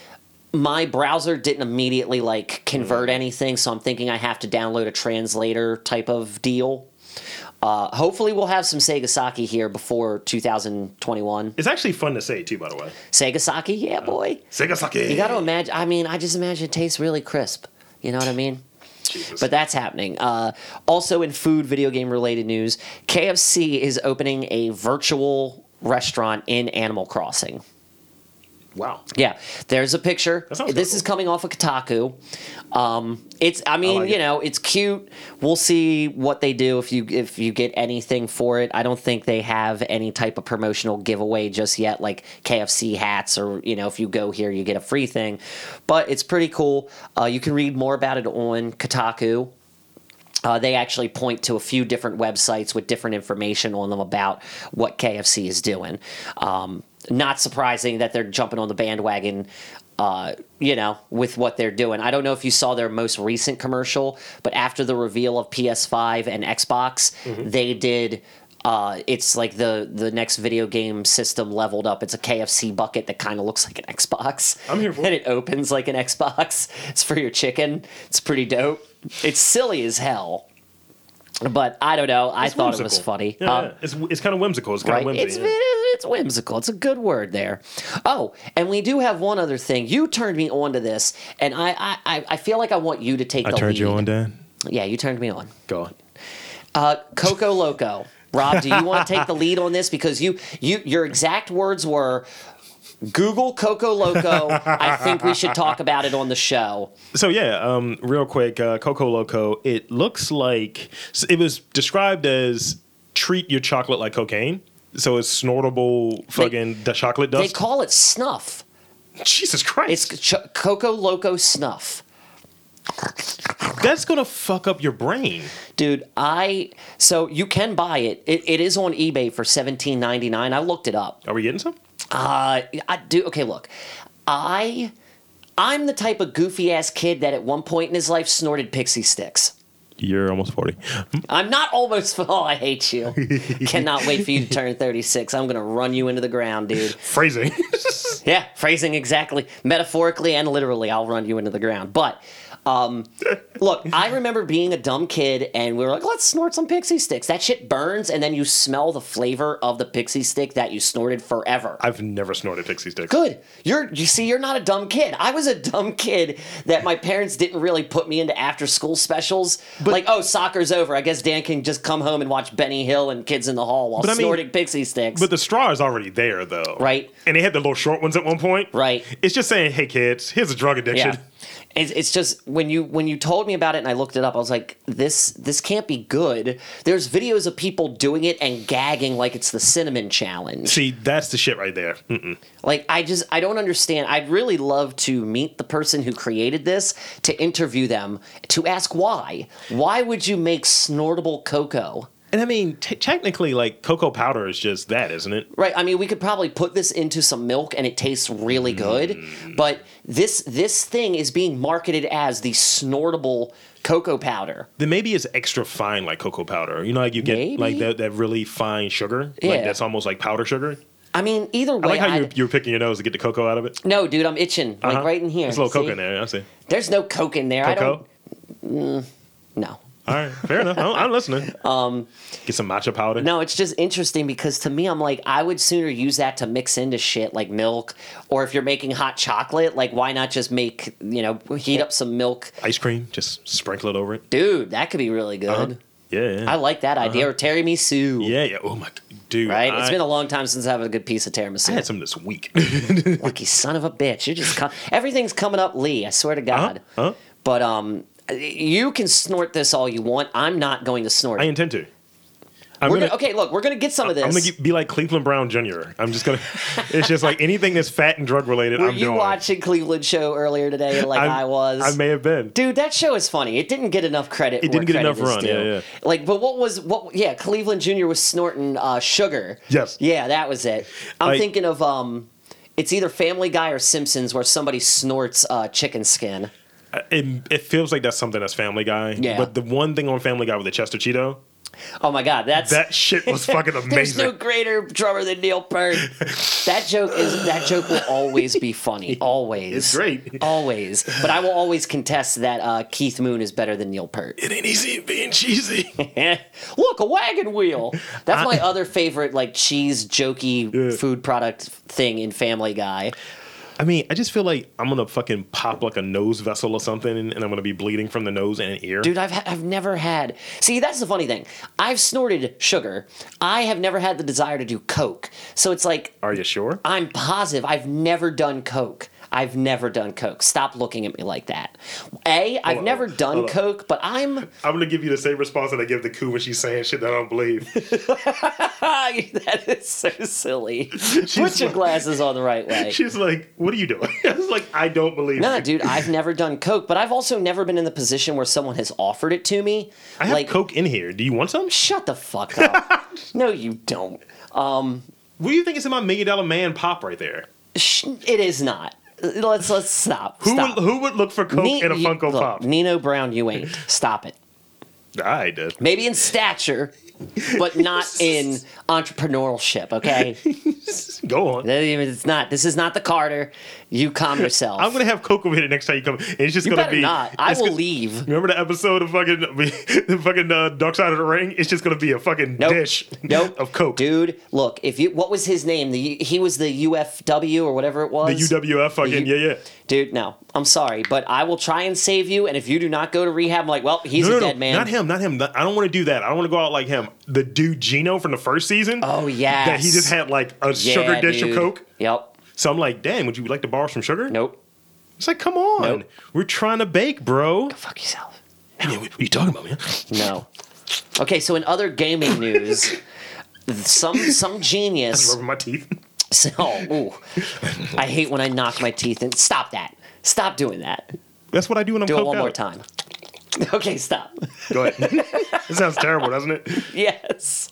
S2: my browser didn't immediately like convert
S1: Mm-hmm.
S2: anything, so I'm thinking I have to download a translator type of deal. Uh, hopefully, we'll have some Sega Saki here before 2021.
S1: It's actually fun to say too, by the way.
S2: Sega Saki,
S1: Oh.
S2: yeah, boy.
S1: Segasake.
S2: You got to imagine. I mean, I just imagine it tastes really crisp. You know what I mean?
S1: Jesus.
S2: But that's happening. Uh, also, in food, video game related news, KFC is opening a virtual restaurant in Animal Crossing.
S1: wow.
S2: Yeah, there's a picture.
S1: That
S2: This
S1: sounds
S2: is
S1: cool.
S2: coming off of Kotaku. Um, it's, I mean,
S1: like
S2: you
S1: it.
S2: know, it's cute. We'll see what they do if you if you get anything for it. I don't think they have any type of promotional giveaway just yet, like KFC hats or you know, if you go here, you get a free thing. But it's pretty cool. Uh, you can read more about it on Kotaku. Uh, they actually point to a few different websites with different information on them about what KFC is doing. Um, not surprising that they're jumping on the bandwagon, uh, you know, with what they're doing. I don't know if you saw their most recent commercial, but after the reveal of PS5 and Xbox,
S1: Mm-hmm.
S2: they did. Uh, it's like the the next video game system leveled up. It's a KFC bucket that kind of looks like an Xbox.
S1: I'm here for
S2: And
S1: it.
S2: it opens like an Xbox. It's for your chicken. It's pretty dope. It's silly as hell. But I don't know. I
S1: It's
S2: thought it was
S1: whimsical.
S2: funny.
S1: Yeah,
S2: Um,
S1: yeah. It's, it's kind of whimsical. It's kind of
S2: right?
S1: whimsy.
S2: it's,
S1: yeah.
S2: it's whimsical. It's a good word there. Oh, and we do have one other thing. You turned me on to this, and I I, I- I feel like I want you to take the lead.
S1: Dan.
S2: Yeah, you turned me on.
S1: Go on.
S2: Uh, Coco Loco. Rob, do you want to take the lead on this because you you your exact words were Google Coco Loco. I think we should talk about it on the show.
S1: So yeah, um, real quick, uh, Coco Loco. It looks like s- it was described as treat your chocolate like cocaine. So it's snortable fucking the chocolate
S2: They
S1: dust.
S2: call it snuff.
S1: Jesus Christ!
S2: It's ch- Coco Loco snuff.
S1: That's gonna fuck up your brain.
S2: Dude, I so you can buy it. It, it is on eBay for seventeen ninety nine. I looked it up.
S1: Are we getting some?
S2: Uh, I do. Okay, look, I I'm the type of goofy ass kid that at one point in his life snorted pixie sticks.
S1: You're almost forty.
S2: I'm not almost. Oh, I hate you. Cannot wait for you to turn 36. I'm gonna run you into the ground, dude.
S1: Phrasing.
S2: Yeah, phrasing exactly, metaphorically and literally. I'll run you into the ground. But um, look, I remember being a dumb kid, and we were like, "Let's snort some pixie sticks." That shit burns, and then you smell the flavor of the pixie stick that you snorted forever.
S1: I've never snorted pixie sticks.
S2: Good. You're you see, you're not a dumb kid. I was a dumb kid that my parents didn't really put me into after school specials. like, oh, soccer's over. I guess Dan can just come home and watch Benny Hill and Kids in the Hall while
S1: But I mean-
S2: snorting pixie sticks.
S1: But the straw is already there, though.
S2: Right.
S1: And they had the little short ones at one point.
S2: Right.
S1: It's just saying, hey, kids, here's a drug addiction.
S2: yeah. It's, it's just when you when you told me about it and I looked it up, I was like, this this can't be good. There's videos of people doing it and gagging like it's the cinnamon challenge.
S1: See, that's the shit right there. Mm-mm.
S2: Like I just I don't understand. I'd really love to meet the person who created this, to interview them, to ask why. Why would you make snortable cocoa?
S1: And I mean, t- technically, like cocoa powder is just that, isn't it?
S2: Right? I mean, we could probably put this into some milk and it tastes really good, but this this thing is being marketed as the snortable cocoa powder.
S1: Then maybe it's extra fine, like cocoa powder. You know, like you get
S2: Maybe.
S1: like that, that really fine sugar,
S2: Yeah.
S1: like that's almost like powder sugar.
S2: I mean, either way,
S1: I like how
S2: I'd-
S1: you're, you're picking your nose to get the cocoa out of it.
S2: no, dude, I'm itching like
S1: Uh-huh.
S2: right in here.
S1: There's a little
S2: See?
S1: coke in there. I see.
S2: There's no coke in there. I
S1: Cocoa.
S2: don't. No,
S1: All right, fair enough. I'm, I'm listening. Um, get some matcha powder.
S2: No, it's just interesting because to me, I'm like, I would sooner use that to mix into shit like milk, or if you're making hot chocolate, like why not just make you know heat up some milk,
S1: Ice cream, just sprinkle it over it.
S2: dude? That could be really good.
S1: Yeah, yeah.
S2: I like that idea. Or tiramisu,
S1: Uh-huh. yeah, yeah. Oh my g- dude,
S2: right?
S1: I,
S2: it's been a Oh, long time since I've had a good piece of
S1: I
S2: tiramisu.
S1: had some this week.
S2: Lucky son of a bitch, you're just com- everything's coming up, Lee. I swear to
S1: Uh-huh.
S2: God.
S1: huh?
S2: But um, you can snort this all you want. I'm not going to snort.
S1: I
S2: it.
S1: intend to. I'm
S2: We're
S1: gonna,
S2: gonna, okay, look, we're gonna get some of this.
S1: I'm gonna be like Cleveland Brown Jr. I'm just gonna. it's just like anything that's fat and drug related.
S2: Were
S1: I'm
S2: you
S1: doing.
S2: watching Cleveland show earlier today like
S1: I'm-
S2: i was?
S1: I may have been.
S2: Dude, that show is funny. It didn't get enough credit. It
S1: didn't get enough run, yeah, yeah.
S2: Like, but what was what? Yeah, Cleveland Jr. was snorting uh, sugar.
S1: Yes.
S2: Yeah, that was it. I'm
S1: Like-
S2: thinking of um, it's either Family Guy or Simpsons where somebody snorts uh, chicken skin.
S1: It, it feels like that's something that's Family Guy.
S2: Yeah.
S1: But the one thing on Family Guy with the Chester Cheeto,
S2: Oh my God, that's
S1: that shit was fucking
S2: there's
S1: amazing.
S2: no greater drummer than Neil Peart. that joke is that joke will always be funny. Always,
S1: It's great.
S2: Always, but I will always contest that uh, Keith Moon is better than Neil Peart.
S1: it ain't easy being cheesy.
S2: Eh, Look, a wagon wheel. That's my other favorite, like cheese jokey
S1: Yeah.
S2: food product thing in Family Guy.
S1: I mean, I just feel like I'm gonna fucking pop like a nose vessel or something, and I'm gonna be bleeding from the nose and an ear.
S2: Dude, I've ha- I've never had. See, that's the funny thing. I've snorted sugar. I have never had the desire to do coke. So it's like
S1: Are you sure?
S2: I'm positive I've never done coke. I've never done coke. Stop looking at me like that. A, I've
S1: on,
S2: never
S1: hold
S2: done
S1: on.
S2: coke, but I'm
S1: I'm gonna give you the same response that I give the coup when she's saying shit that I don't believe.
S2: that is so silly. Put your
S1: like-
S2: glasses on the right way.
S1: she's like, "What are you doing?" I was like, "I don't believe."
S2: Nah,
S1: you."
S2: dude, I've never done coke, but I've also never been in the position where someone has offered it to me.
S1: I have coke in here. Do you want some?
S2: Shut the fuck up. no, you don't.
S1: What do you think is in my million dollar man pop right there?
S2: Sh- It is not. Let's let's stop.
S1: Who
S2: stop.
S1: would, who would look for coke
S2: Ne-
S1: in a
S2: you-
S1: Funko
S2: look,
S1: Pop?
S2: Nino Brown, you ain't. Stop it.
S1: I did.
S2: Maybe in stature, but not in entrepreneurship. Okay,
S1: Go on.
S2: it's not. This is not the Carter. You calm yourself.
S1: I'm gonna have coke over here the next time you come. And it's just
S2: you
S1: gonna
S2: better
S1: be.
S2: not. I
S1: it's
S2: will
S1: gonna-
S2: leave.
S1: Remember the episode of fucking the fucking uh, Dark Side of the Ring? It's just gonna be a fucking
S2: Nope.
S1: dish
S2: Nope.
S1: of coke.
S2: Dude, look, if you what was his name? The he was the UFW or whatever it
S1: The
S2: was.
S1: UWF fucking
S2: The U-
S1: yeah yeah.
S2: Dude, no. I'm sorry, but I will try and save you and if you do not go to rehab, I'm like, well, he's
S1: No,
S2: a
S1: no,
S2: dead
S1: no,
S2: man.
S1: not him, not him. I don't want to do that. I don't want to go out like him. The dude Gino from the first season.
S2: Oh, yes.
S1: that he just had like a
S2: Yeah,
S1: sugar dish
S2: dude.
S1: of coke.
S2: Yep.
S1: So I'm like, damn, would you like to borrow some sugar?
S2: Nope.
S1: It's like, come on,
S2: Nope.
S1: we're trying to bake, bro.
S2: Fuck yourself.
S1: Man, what are you talking about, man?
S2: No. Okay, so in other gaming news, some some genius oh,
S1: Rubbing my teeth.
S2: So, ooh, I hate when I knock my teeth in. Stop that. Stop doing that.
S1: That's what I do when I'm
S2: Do it
S1: coked
S2: one
S1: out.
S2: more time. Okay, stop.
S1: Go ahead. it sounds terrible, doesn't it?
S2: yes.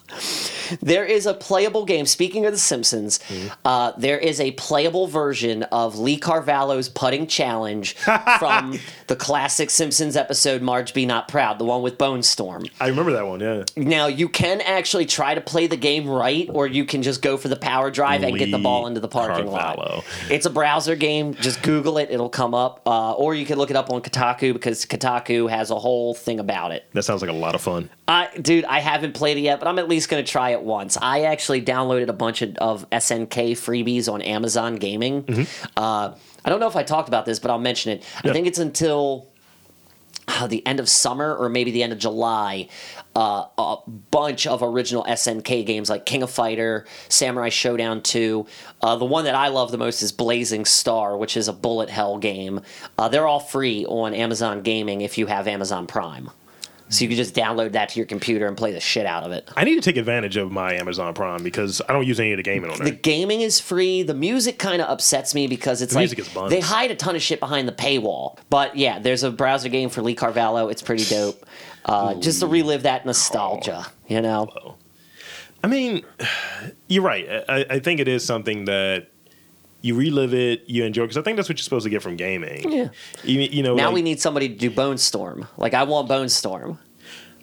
S2: There is a playable game. Speaking of The Simpsons, uh, there is a playable version of Lee Carvalho's putting challenge from the classic Simpsons episode Marge Be Not Proud, the one with Bone Storm.
S1: I remember that one. Yeah.
S2: Now, you can actually try to play the game right, or you can just go for the power drive and get the
S1: Lee
S2: ball into the parking
S1: Carvalho.
S2: lot. It's a browser game. Just Google it, it'll come up. Uh, or you can look it up on Kotaku because Kotaku has a whole thing about it.
S1: That sounds like a lot of fun.
S2: I, dude, I haven't played it yet, but I'm at least going to try it once. I actually downloaded a bunch of, of SNK freebies on Amazon Gaming. Uh, I don't know if I talked about this, but I'll mention it. I
S1: Yeah.
S2: think it's until uh, the end of summer or maybe the end of July, uh, a bunch of original SNK games like King of Fighter, Samurai Showdown 2. Uh, the one that I love the most is Blazing Star, which is a bullet hell game. Uh, they're all free on Amazon Gaming if you have Amazon Prime. So you can just download that to your computer and play the shit out of it.
S1: I need to take advantage of my Amazon Prime because I don't use any of the gaming on
S2: The
S1: there.
S2: gaming is free. The music kind of upsets me because it's
S1: The
S2: like
S1: music is buns.
S2: they hide a ton of shit behind the paywall. But yeah, there's a browser game for Lee Carvalho. It's pretty dope. Uh, just to relive that nostalgia, you know.
S1: I mean, you're right. I- I, I think it is something that you relive it, you enjoy because I think that's what you're supposed to get from gaming.
S2: Yeah.
S1: You, you know.
S2: Now
S1: like-
S2: we need somebody to do Bone Storm. Like I want Bone Storm.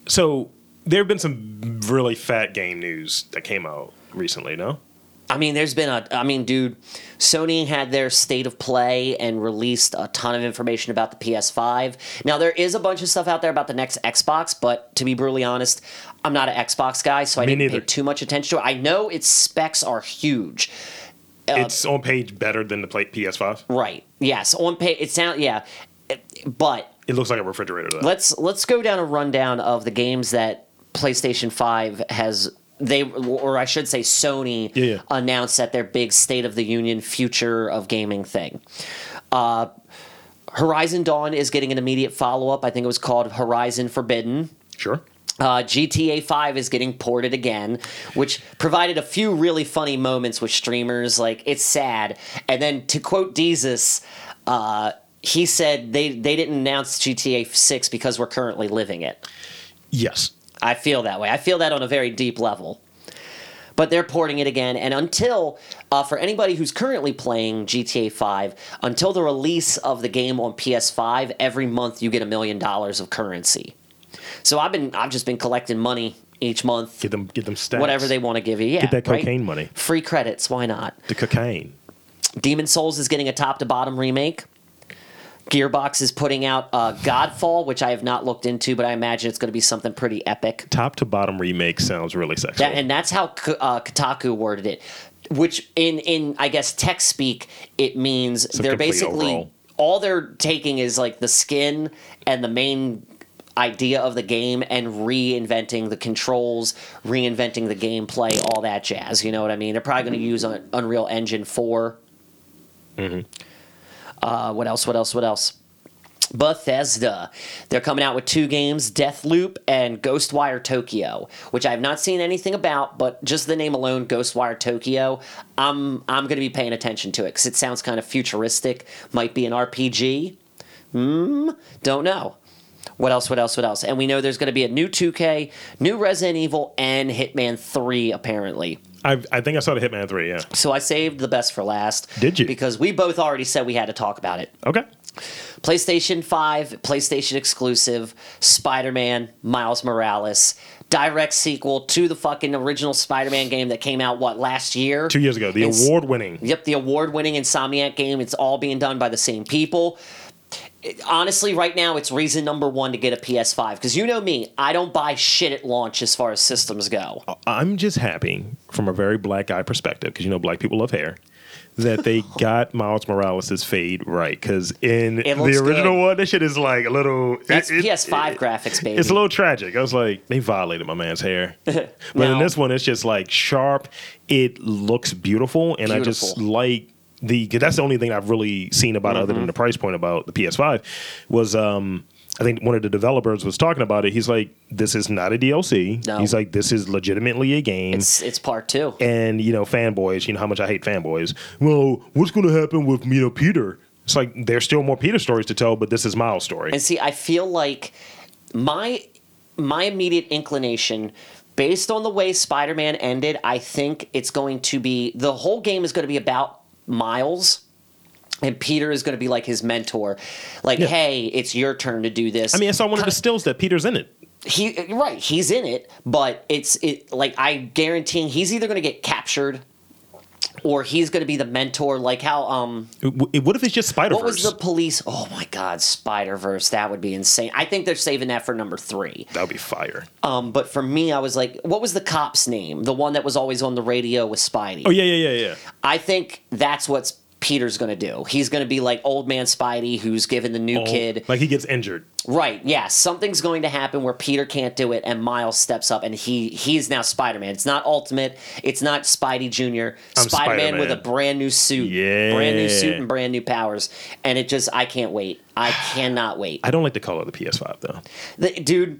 S1: So there have been some really fat game news that came out recently. No.
S2: I mean, there's been a. I mean, dude, Sony had their state of play and released a ton of information about the PS5. Now, there is a bunch of stuff out there about the next Xbox, but to be brutally honest, I'm not an Xbox guy, so I
S1: Me
S2: didn't
S1: neither.
S2: pay too much attention to it. I know its specs are huge. Uh,
S1: it's on page better than the play- PS5.
S2: Right. Yes. On pay. It sound. Yeah. It- But
S1: It looks like a refrigerator though.
S2: let's let's go down a rundown of the games that PlayStation Five has they or I should say Sony
S1: Yeah, yeah.
S2: announced at their big State of the Union future of gaming thing. Uh, Horizon Dawn is getting an immediate follow up. I think it was called Horizon Forbidden.
S1: sure.
S2: Uh, GTA 5 is getting ported again, which provided a few really funny moments with streamers. Like, it's sad. And then to quote Jesus, uh, he said they, they didn't announce GTA 6 because we're currently living it.
S1: Yes.
S2: I feel that way. I feel that on a very deep level. But they're porting it again, and until uh, for anybody who's currently playing GTA 5, until the release of the game on PS5, every month you get a million dollars of currency. So I've been I've just been collecting money each month,
S1: Get them. Get them stats.
S2: whatever they want to give you. Yeah,
S1: Get that
S2: right?
S1: cocaine money.
S2: Free credits, why not?
S1: The cocaine.
S2: Demon Souls is getting a top to bottom remake. Gearbox is putting out uh, Godfall, which I have not looked into, but I imagine it's going to be something pretty epic.
S1: Top to bottom remake sounds really sexual.
S2: That, and that's how K- uh, Kotaku worded it, which in in I guess tech speak it means they're
S1: complete
S2: basically
S1: overhaul.
S2: all they're taking is like the skin and the main idea of the game and reinventing the controls, reinventing the gameplay, all that jazz. You know what I mean? They're probably going to use Un- Unreal Engine 4 Uh, what else? What else? What else? Bethesda. They're coming out with two games, Deathloop and Ghostwire Tokyo, which I have not seen anything about, but just the name alone, Ghostwire Tokyo, I'm I'm going to be paying attention to it cuz it sounds kind of futuristic, might be an RPG. Mm, don't know. What else? What else? What else? And we know there's going to be a new 2K, new Resident Evil and Hitman 3 apparently.
S1: I, I think I saw the Hitman three. Yeah.
S2: So I saved the best for last.
S1: Did you?
S2: Because we both already said we had to talk about it.
S1: Okay.
S2: PlayStation 5, PlayStation exclusive, Spider Man, Miles Morales, direct sequel to the fucking original Spider Man game that came out, what, last year?
S1: Two years ago, the
S2: It's-
S1: award winning.
S2: Yep, the award winning Insomniac game. It's all being done by the same people. It- honestly, right now, it's reason number one to get a PS5. Because you know me, I don't buy shit at launch as far as systems go.
S1: I'm just happy from a very black guy perspective because you know black people love hair. That they got Miles Morales' fade right because in the
S2: looks
S1: original
S2: good.
S1: one, this shit is like a little.
S2: That's
S1: it- it-
S2: PS5 graphics, baby.
S1: It's a little tragic. I was like, they violated my man's hair. But
S2: No.
S1: in this one, it's just like sharp. It looks beautiful, and I just
S2: Beautiful. Mm-hmm.
S1: like the. Cause that's the only thing I've really seen about it, other than the price point about the PS5, was um. I think one of the developers was talking about it. He's like, "This is not a DLC."
S2: No.
S1: He's like, "This is legitimately a game."
S2: it's, it's part two.
S1: and you know, fanboys. You know how much I hate fanboys. Well, what's going to happen with you know Peter? It's like there's still more Peter stories to tell, but this is Miles' story.
S2: And see, I feel like my my immediate inclination based on the way Spider-Man ended, I think it's going to be the whole game is going to be about Miles and Peter is going to be like his mentor. Like,
S1: Yeah.
S2: hey, it's your turn to do this.
S1: I mean, I saw one of the stills that Peter's in it.
S2: he right, he's in it, but it's it like I guaranteeing he's either going to get captured or he's going to be the mentor like how um
S1: W- What if it's just Spider
S2: what was
S1: Verse?
S2: the police? Oh my God, Spider Verse. That would be insane. I think they're saving that for number three.
S1: that would be fire.
S2: Um, but for me, I was like, what was the cop's name? The one that was always on the radio with Spidey.
S1: Oh yeah, yeah, yeah, yeah.
S2: I think that's what Peter's going to do. He's going to be like old man Spidey who's given the
S1: Oh.
S2: new kid.
S1: like he gets injured.
S2: Right. Yeah. Something's going to happen where Peter can't do it and Miles steps up and he he's now Spider Man. It's not Ultimate. It's not Spidey Jr.
S1: I'm
S2: Spider Man with a
S1: Spider-Man.
S2: brand new suit. Brand new suit
S1: Yeah.
S2: and brand new powers. And it just, I can't wait. I cannot wait.
S1: I don't like the color of the PS5 though.
S2: The, dude,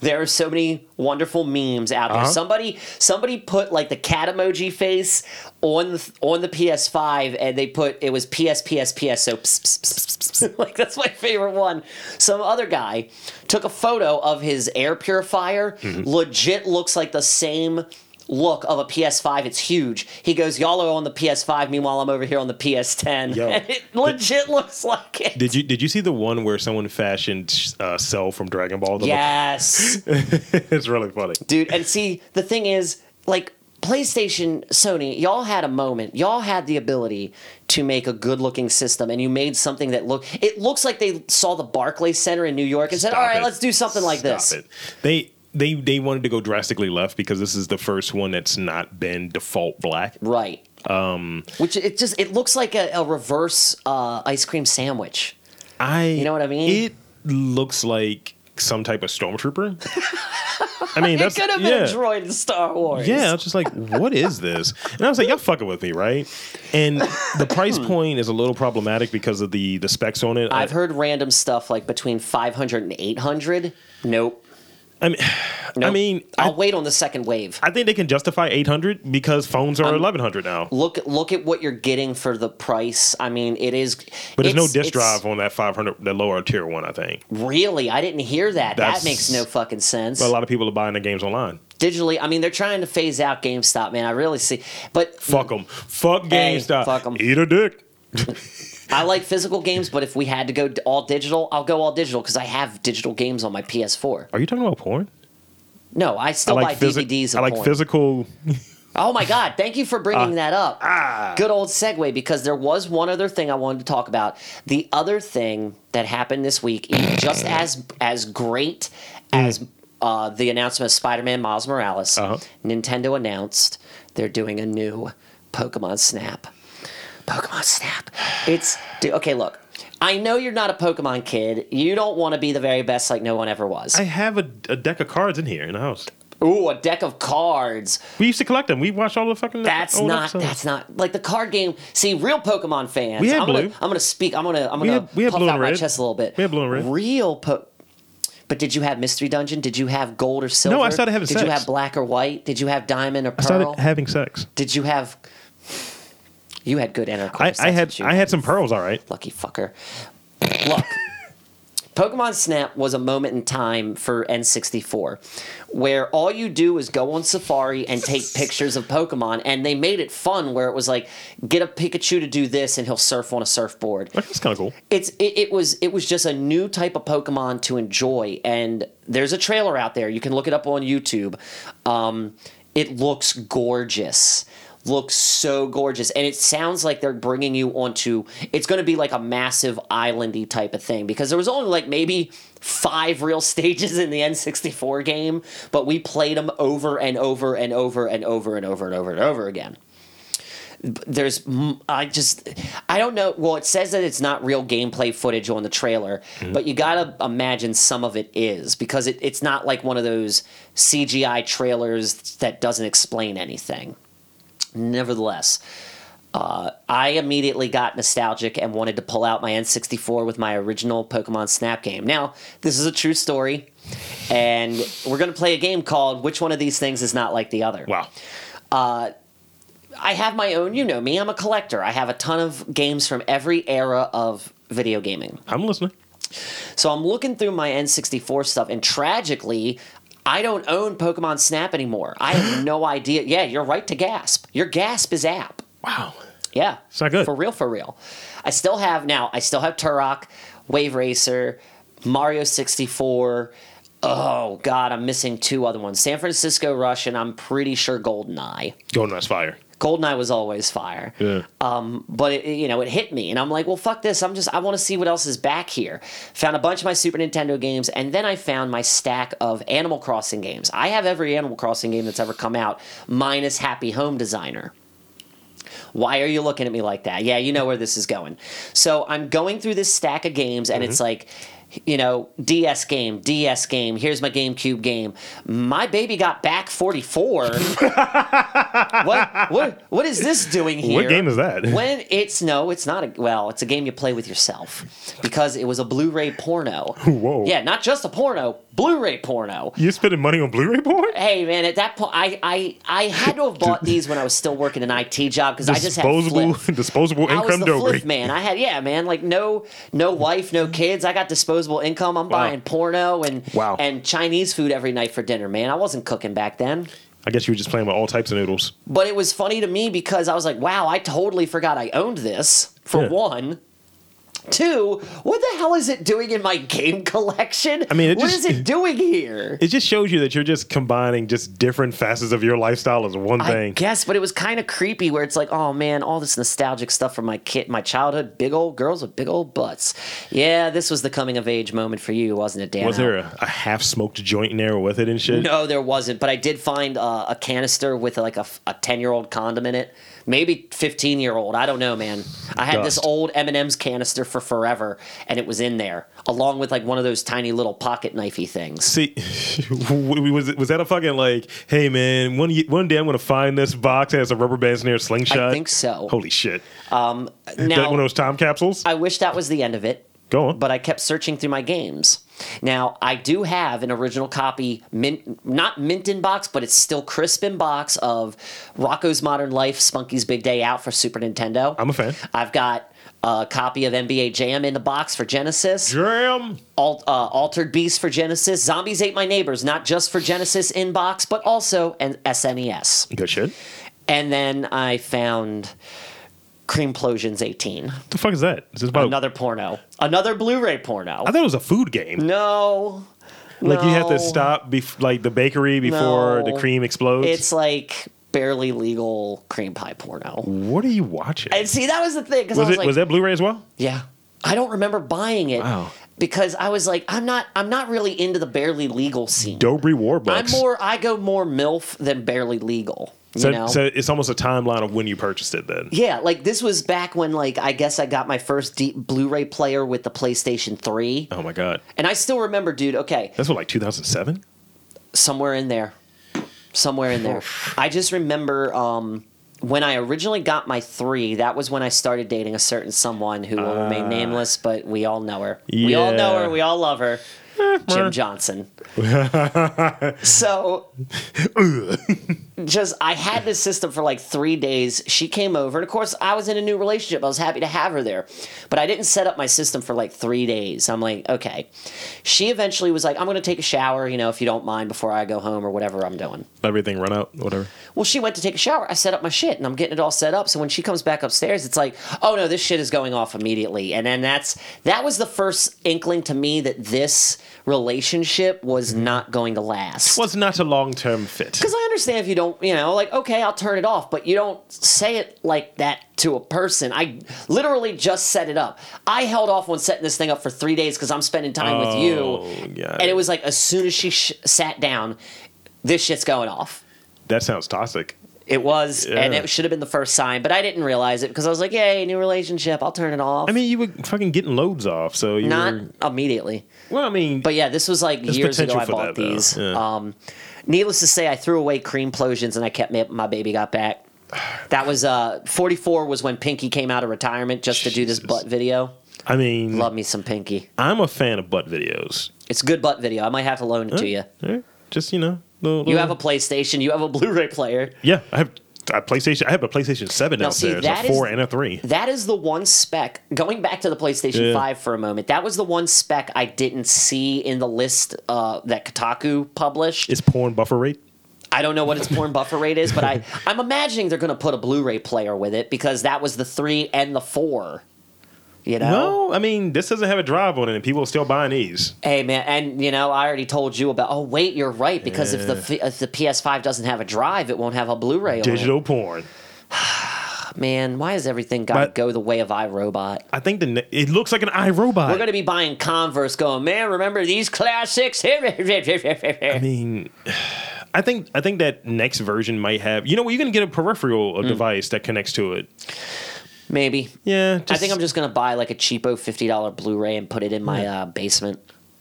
S2: there are so many wonderful memes out there.
S1: Uh-huh.
S2: Somebody, somebody put like the cat emoji face on the, on the PS5, and they put it was PS PS PS. So ps, ps, ps, ps, ps, ps. like that's my favorite one. Some other guy took a photo of his air purifier.
S1: Mm-hmm.
S2: Legit looks like the same look of a PS5. It's huge. He goes, "Y'all are on the PS5. Meanwhile, I'm over here on the PS10."
S1: Yo.
S2: and it legit looks like it.
S1: Did you did you see the one where someone fashioned uh, Cell from Dragon Ball? The
S2: yes.
S1: look- it's really funny.
S2: dude. And see, the thing is, like PlayStation, Sony, y'all had a moment. Y'all had the ability to make a good-looking system, and you made something that look. It looks like they saw the Barclay Center in New York and said,
S1: Stop
S2: "All right,
S1: it.
S2: let's do something like
S1: Stop
S2: this."
S1: it. They they they wanted to go drastically left because this is the first one that's not been default black.
S2: Right. Um. Which it just it looks like a, a reverse uh, ice cream sandwich.
S1: I
S2: You know what I mean?
S1: It looks like some type of stormtrooper. I mean,
S2: It
S1: that's
S2: could have been
S1: yeah.
S2: a droid in Star Wars.
S1: Yeah, I was just like, what is this? And I was like, y'all fucking with me, right? And the price point is a little problematic because of the the specs on it.
S2: Hmm. I've heard random stuff like between 500 and 800. Nope.
S1: I mean, I
S2: Nope.
S1: mean,
S2: I'll
S1: I,
S2: wait on the second wave.
S1: I think they can justify 800 because phones
S2: Um,
S1: are 1100 now.
S2: look look at what you're getting for the price. I mean, it is.
S1: But there's no
S2: it's-
S1: disk
S2: it's-
S1: drive on that 500, that lower tier one. I think
S2: Really, I didn't hear that. That
S1: That's-
S2: makes no fucking sense.
S1: a lot of people are buying the games
S2: Mm.
S1: online.
S2: Digitally, I mean, they're trying to phase out GameStop, man. I really see, but
S1: Fuck them. Fuck
S2: Hey,
S1: GameStop.
S2: fuck 'em.
S1: Eat a dick.
S2: I like physical games. But if we had to go d- all digital, I'll go all digital because I have digital games on my PS4.
S1: Are you talking about porn?
S2: No, I still buy
S1: physi-
S2: DVDs. Of
S1: I like
S2: porn.
S1: physical.
S2: Oh my God! Thank you for
S1: Ah.
S2: bringing that up. Good old segue because there was one other thing I wanted to talk about. The other thing that happened this week, e- just as as great as uh, the announcement of Spider-Man Miles Morales,
S1: Hmm. Uh-huh.
S2: Nintendo announced they're doing a new Pokemon Snap. Pokemon Snap. It's dude, okay. Look, I know you're not a Pokemon kid. You don't want to be the very best like no one ever was.
S1: I have a, a deck of cards in here in the house.
S2: Ooh, a deck of cards.
S1: We used to collect them. We watched all the fucking.
S2: That's
S1: old
S2: not.
S1: episodes.
S2: That's not like the card game. See, real Pokemon fans.
S1: We had
S2: I'm gonna,
S1: blue.
S2: I'm gonna speak. I'm gonna. I'm
S1: We
S2: gonna
S1: had- we had
S2: puff
S1: blue
S2: out
S1: and
S2: my
S1: red.
S2: chest a little bit.
S1: We had blue and red.
S2: Real po. But did you have Mystery Dungeon? Did you have Gold or Silver?
S1: started having
S2: Did you
S1: sex.
S2: have Black or White? Did you have Diamond or
S1: I started
S2: Pearl?
S1: having sex.
S2: did you have? You had good intercourse.
S1: I,
S2: that's
S1: I had
S2: what you
S1: I had some pearls. All right.
S2: lucky fucker. Look, Pokemon Snap was a moment in time for N64 where all you do is go on Safari and take pictures of Pokemon, and they made it fun where it was like, get a Pikachu to do this and he'll surf on a surfboard.
S1: Like, That's kind of cool.
S2: It's it, it was it was just a new type of Pokemon to enjoy, and there's a trailer out there. You can look it up on YouTube. Um, it looks gorgeous, looks so gorgeous, and it sounds like they're bringing you onto. It's going to be like a massive islandy type of thing because there was only like maybe five real stages in the N64 game, but we played them over and over and over and over and over and over and over again there's m- I just I don't know. Well, it says that it's not real gameplay footage on the trailer, but you gotta imagine some of it is because it, it's not like one of those CGI trailers that doesn't explain anything. Nevertheless, uh, I immediately got nostalgic and wanted to pull out my N64 with my original Pokemon Snap game. Now, this is a true story, and we're gonna play a game called "Which One of These Things Is Not Like the Other."
S1: Wow.
S2: I have my own. You know me. I'm a collector. I have a ton of games from every era of video gaming.
S1: I'm listening.
S2: So I'm looking through my N64 stuff, and tragically, I don't own Pokemon Snap anymore. I have no idea. Yeah, you're right to gasp. Your gasp is app.
S1: Wow.
S2: Yeah.
S1: It's not good.
S2: For real, for real. I still have now, I still have Turok, Wave Racer, Mario 64. Oh, God, I'm missing two other ones San Francisco Rush, and I'm pretty sure GoldenEye.
S1: Golden Eyes Fire.
S2: GoldenEye was always fire.
S1: Yeah.
S2: Um, but it, you know, it hit me, and I'm like, well, fuck this. I'm just, I want to see what else is back here. Found a bunch of my Super Nintendo games, and then I found my stack of Animal Crossing games. I have every Animal Crossing game that's ever come out, minus Happy Home Designer. Why are you looking at me like that? Yeah, you know where this is going. So I'm going through this stack of games, and
S1: Mm-hmm.
S2: it's like, you know, DS game, DS game. Here's my GameCube game. My baby got back 44. what, what, what is this doing here?
S1: What game is that?
S2: When it's no, it's not a well, it's a game you play with yourself because it was a Blu-ray porno.
S1: Whoa.
S2: Yeah, not just a porno, Blu-ray porno.
S1: You're spending money on Blu-ray porn?
S2: Hey man, at that point, I, I I had to have bought these when I was still working an IT job because I just had
S1: Disposable,
S2: flip.
S1: disposable
S2: I was
S1: income
S2: the
S1: dogry.
S2: flip man. I had yeah, man. Like no no wife, no kids. I got disposable income. I'm buying porno and
S1: Wow.
S2: and Chinese food every night for dinner, man. I wasn't cooking back then.
S1: I guess you were just playing with all types of noodles.
S2: But it was funny to me because I was like, wow, I totally forgot I owned this, for
S1: Yeah.
S2: one. Two, what the hell is it doing in my game collection?
S1: I mean, it
S2: what is
S1: just-
S2: it doing here?
S1: It just shows you that you're just combining just different facets of your lifestyle as one
S2: I
S1: thing.
S2: guess, but it was kind of creepy where it's like, oh man, all this nostalgic stuff from my kid, my childhood, big old girls with big old butts. Yeah, this was the coming of age moment for you, wasn't it, Dan?
S1: Was there a, a half-smoked joint in there with it and shit?
S2: No, there wasn't. But I did find uh, a canister with like a ten year old condom in it, maybe fifteen year old. I don't know, man. I had this
S1: Dust.
S2: old M and M's canister for forever, and it was in there along with like one of those tiny little pocket knifey things.
S1: See, was was that a fucking like, hey man, one ye- one day I'm gonna find this box that has a rubber band near a slingshot.
S2: I think so. Um,
S1: Holy shit! that one of
S2: Now
S1: those time capsules.
S2: I wish that was the end of it.
S1: Go on.
S2: but I kept searching through my games. Now I do have an original copy, mint, not mint in box, but it's still crisp in box of Rocco's Modern Life, Spunky's Big Day Out for Super Nintendo.
S1: I'm a fan.
S2: I've got a copy of NBA Jam in the box for Genesis,
S1: Jam.
S2: Alt, uh, Altered Beast for Genesis, Zombies Ate My Neighbors, not just for Genesis in box, but also an SNES.
S1: Good shit.
S2: And then I found Creamplosions 18,
S1: What the fuck is that? Is this about?
S2: another porno, another Blu-ray porno.
S1: I thought it was a food game.
S2: No.
S1: like you have
S2: no.
S1: to stop, bef- like the bakery before
S2: No.
S1: the cream explodes.
S2: It's like barely legal cream pie porno.
S1: what are you watching?
S2: And see, that was the thing because I
S1: was
S2: was
S1: it
S2: like,
S1: was that Blu-ray as well?
S2: yeah, I don't remember buying it
S1: Wow.
S2: because I was like, I'm not, I'm not really into the barely legal scene.
S1: Dobry
S2: I'm
S1: Warbucks.
S2: more, I go more milf than barely legal. You
S1: so,
S2: know?
S1: so it's almost a timeline of when you purchased it. Then
S2: Yeah, like this was back when, like, I guess I got my first deep Blu-ray player with the PlayStation Three,
S1: oh my god,
S2: and I still remember, dude. Okay,
S1: that's what like 2007.
S2: somewhere in there somewhere in there i just remember um when i originally got my three that was when i started dating a certain someone who will remain nameless but we all know her we all know
S1: yeah.
S2: her we all love her jim johnson so just i had this system for like three days she came over and of course i was in a new relationship i was happy to have her there but i didn't set up my system for like three days i'm like okay she eventually was like i'm going to take a shower you know if you don't mind before i go home or whatever i'm doing
S1: Everything run out, whatever.
S2: well, she went to take a shower. I set up my shit and I'm getting it all set up. So when she comes back upstairs, it's like, oh no, this shit is going off immediately. And then that's that was the first inkling to me that this relationship was not going to last.
S1: Was not a long-term fit.
S2: Because I understand if you don't, you know, like, okay, I'll turn it off, but you don't say it like that to a person. I literally just set it up. I held off on setting this thing up for three days because I'm spending time with you.
S1: Oh, yeah.
S2: And it was like, as soon as she sh- sat down, this shit's going off.
S1: That sounds toxic.
S2: It was, and
S1: Yeah.
S2: it should have been the first sign, but I didn't realize it because I was like, "Yay, new relationship! I'll turn it off."
S1: I mean, you were fucking getting loads off, so you
S2: not
S1: were.
S2: immediately,
S1: Well, I mean,
S2: but yeah, this was like years ago.
S1: potential
S2: I
S1: for
S2: bought
S1: that, though.
S2: these.
S1: Yeah.
S2: Um, needless to say, I threw away cream plosions, and I kept my, my baby got back. That was uh, forty four was when Pinky came out of retirement just to do this
S1: Jesus.
S2: butt video.
S1: I mean,
S2: Love me some Pinky.
S1: I'm a fan of butt videos.
S2: It's a good butt video. I might have to loan it to you.
S1: Eh, Just you know, little-
S2: You
S1: little-
S2: have a PlayStation. You have a Blu ray player.
S1: yeah. I have I PlayStation. I have a PlayStation Seven
S2: Now, see,
S1: downstairs,
S2: that
S1: a
S2: is-
S1: four and a three.
S2: That is the one spec. Going back to the PlayStation
S1: Yeah.
S2: 5 for a moment, that was the one spec I didn't see in the list uh, that Kotaku published.
S1: It's porn buffer rate.
S2: I don't know what its porn buffer rate is, but I, I'm imagining they're going to put a Blu ray player with it because that was the 3 and the 4. You know?
S1: No, I mean this doesn't have a drive on it, and people are still buying these.
S2: Hey man, and you know I already told you about. Oh wait, you're right because if the f- if the PS5 doesn't have a drive, it won't have a Blu-ray.
S1: Digital porn.
S2: on it. man, why has everything got to
S1: But-
S2: go the way of iRobot?
S1: I think the ne- it looks like an iRobot.
S2: We're gonna be buying Converse, going, man. Remember these classics?
S1: I mean, I think I think that next version might have. You know what? You can get a peripheral a
S2: Mm.
S1: device that connects to it.
S2: Maybe.
S1: Yeah,
S2: I think I'm just gonna buy like a cheapo fifty dollar Blu-ray and put it in my uh, basement,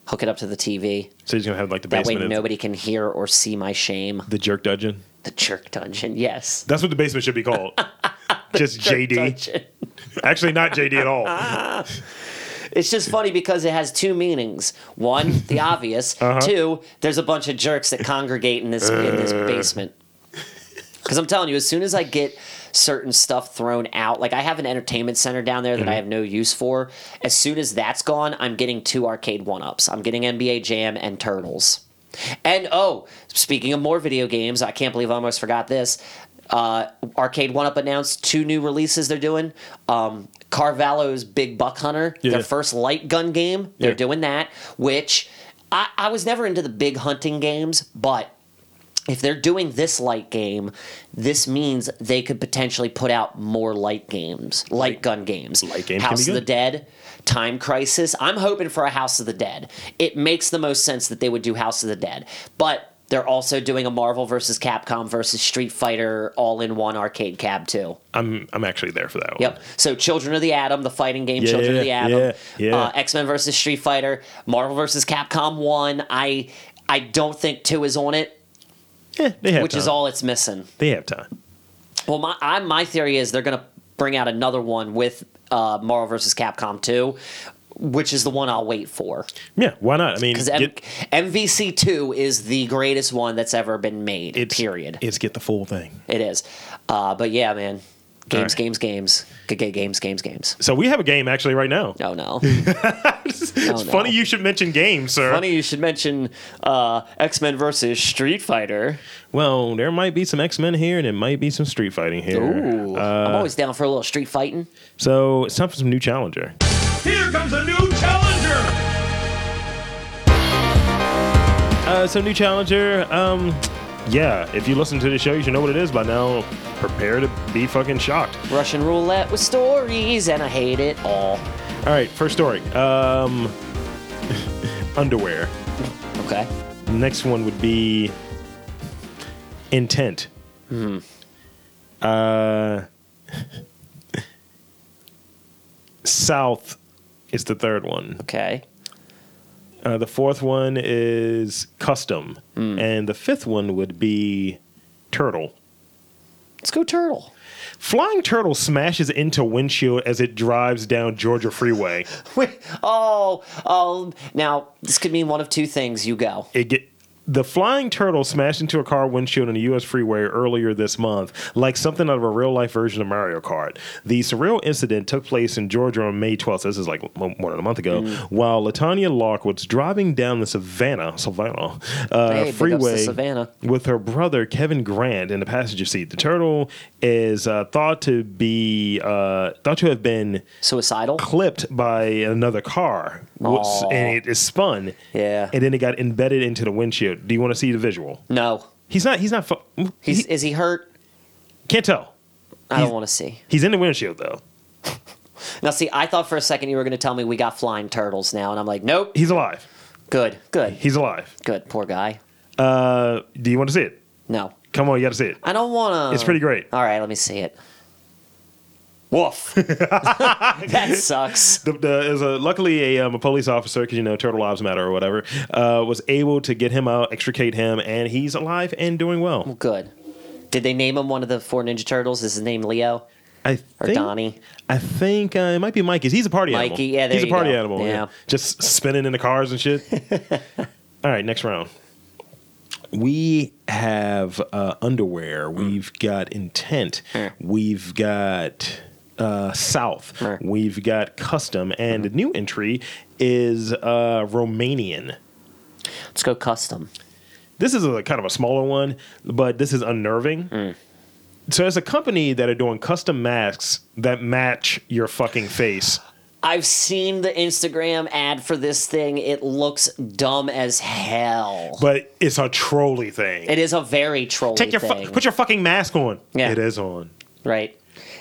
S2: hook it up to the TV.
S1: So he's gonna have like the
S2: That way
S1: basement. of
S2: nobody can hear or see my shame.
S1: the jerk dungeon.
S2: The jerk dungeon. Yes.
S1: That's what the basement should be called. just JD.
S2: Dungeon.
S1: Actually, not JD at all.
S2: It's just funny because it has two meanings. One, the obvious. Two, there's a bunch of jerks that congregate in this in this basement. Because I'm telling you, as soon as I get certain stuff thrown out, like I have an entertainment center down there that I have no use for. As soon as that's gone, I'm getting two arcade one ups. I'm getting NBA Jam and Turtles. And oh, speaking of more video games, I can't believe I almost forgot this. Uh, Arcade One Up announced two new releases they're doing. Um, Carvalho's Big Buck Hunter,
S1: Yeah.
S2: their first light gun game. They're
S1: Yeah.
S2: doing that, which I, I was never into the big hunting games, but if they're doing this light game, this means they could potentially put out more light games, light, gun games.
S1: light games can
S2: House
S1: be
S2: of the
S1: good.
S2: Dead, Time Crisis. I'm hoping for a House of the Dead. It makes the most sense that they would do House of the Dead, but they're also doing a Marvel versus Capcom versus Street Fighter all in one arcade cab too.
S1: I'm I'm actually there for that one.
S2: Yep. So Children of the Atom, the fighting game
S1: Yeah,
S2: Children of the
S1: yeah,
S2: Atom,
S1: yeah.
S2: Uh, X Men versus Street Fighter, Marvel versus Capcom One. I I don't think two is on it,
S1: Yeah, they have
S2: which is
S1: time.
S2: all it's missing.
S1: they have time.
S2: Well, my I, my theory is they're going to bring out another one with uh, Marvel versus Capcom 2, which is the one I'll wait for
S1: Yeah, why not? I mean,
S2: because
S1: get-
S2: MVC 2 is the greatest one that's ever been made.
S1: it's
S2: period.
S1: It's get the full thing.
S2: it is. Uh, but yeah, man, games,
S1: Alright.
S2: games, games, G- g- games, games, games.
S1: So we have a game actually right now.
S2: Oh no.
S1: it's
S2: no.
S1: funny you should mention games, sir.
S2: Funny you should mention uh, X Men versus Street Fighter.
S1: Well, there might be some X Men here, and there might be some Street Fighting here. Uh,
S2: Ooh, I'm always down for a little street fighting.
S1: So it's time for some new challenger.
S3: Here comes a new challenger!
S1: Uh, so new challenger. Um, yeah, if you listen to the show, you should know what it is by now. Prepare to be fucking shocked.
S2: Russian roulette with stories, and I hate it all.
S1: All right, first story. Um, underwear.
S2: Okay.
S1: Next one would be intent. Uh, south is the third one.
S2: Okay.
S1: Uh, the fourth one is custom, and the fifth one would be turtle.
S2: Let's go turtle.
S1: Flying turtle smashes into windshield as it drives down Georgia freeway.
S2: Wait, oh, oh. Now this could mean one of two things. You go.
S1: It get the flying turtle smashed into a car windshield in a U.S. freeway earlier this month, like something out of a real life version of Mario Kart. The surreal incident took place in Georgia on May 12th. This is like mo- more than a month ago.
S2: Mm.
S1: While Latanya Lark was driving down the Savannah, Savannah uh,
S2: Hey, big ups to
S1: freeway
S2: Savannah.
S1: with her brother Kevin Grant in the passenger seat. The turtle is uh, thought to be uh, thought to have been
S2: Suicidal.
S1: clipped by another car Whoops.
S2: Aw.
S1: and it is spun.
S2: Yeah.
S1: And then it got embedded into the windshield. Do you want to see the visual?
S2: No.
S1: He's not, he's not, fu-
S2: He's
S1: he,
S2: is he hurt?
S1: can't tell.
S2: I don't
S1: He's-
S2: want to see.
S1: He's in the windshield though.
S2: Now, see, I thought for a second you were going to tell me we got flying turtles now, and I'm like, nope.
S1: He's alive.
S2: Good, good,
S1: He's alive.
S2: good. Poor guy.
S1: Uh, do you want to see it?
S2: No,
S1: Come on, you got to see it.
S2: I don't want to.
S1: It's pretty great.
S2: All right, let me see it. Woof. that sucks.
S1: The, the, is a, luckily, a, um, a police officer, because you know, turtle lives matter or whatever, uh, was able to get him out, extricate him, and he's alive and doing well.
S2: Good. Did they name him one of the four Ninja Turtles? Is his name Leo
S1: I
S2: or
S1: think,
S2: Donnie?
S1: I think uh, it might be Mikey's. He's a party animal.
S2: Mikey, yeah, there
S1: he's
S2: you
S1: a party
S2: go.
S1: animal. Yeah.
S2: Yeah.
S1: just spinning in the cars and shit. All right, next round. we have uh, underwear. We've got intent.
S2: Hmm.
S1: We've got uh, South.
S2: Mm.
S1: We've got custom, and the new entry is uh, Romanian.
S2: Let's go custom.
S1: This is a kind of a smaller one, but this is unnerving.
S2: Hmm.
S1: So it's a company that are doing custom masks that match your fucking face.
S2: I've seen the Instagram ad for this thing. It looks dumb as hell.
S1: but it's a trolley thing.
S2: It is a very trolly
S1: Take your
S2: thing,
S1: fu- put your fucking mask on.
S2: Yeah.
S1: It is on.
S2: right?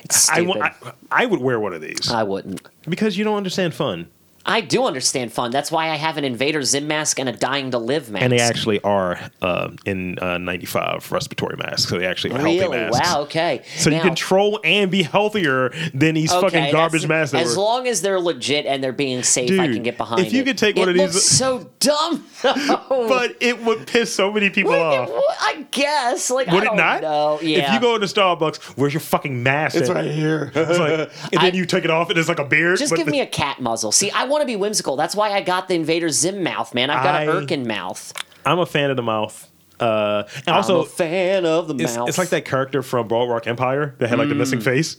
S2: It's
S1: I,
S2: stupid. Uh,
S1: wa-
S2: I,
S1: I, I would wear one of these
S2: wouldn't.
S1: because you don't understand fun,
S2: I do understand fun. That's why I have an Invader Zim mask and a Dying to Live mask.
S1: and they actually are um, in uh, '95 respiratory masks, so they actually are healthy
S2: really
S1: masks.
S2: wow. Okay,
S1: So you
S2: Now-
S1: can troll and be healthier than these
S2: okay,
S1: fucking
S2: that's-
S1: garbage masks. That
S2: As
S1: were-
S2: long as they're legit and they're being safe, I
S1: Dude,
S2: can get behind.
S1: if you
S2: it.
S1: could take one
S2: It
S1: of these-
S2: looks so dumb. though.
S1: but it would piss so many people
S2: Like,
S1: off.
S2: it would- I guess. Like
S1: Would
S2: I
S1: it
S2: don't
S1: not?
S2: know. Yeah.
S1: If you go to Starbucks, where's your fucking mask? at?
S4: here.
S1: It's like, and then you take it off, and it's like a beard.
S2: Just
S1: but
S2: give
S1: the-
S2: me a cat muzzle. See, I want to be whimsical. That's why I got the Invader Zim mouth, man. I've got an
S1: I-
S2: Irkin mouth.
S1: I'm a fan of the mouth. Uh, and
S2: I'm
S1: also,
S2: a fan of the
S1: It's,
S2: mouth.
S1: it's like that character from Broadwalk Empire that had like the
S2: Mm.
S1: missing face.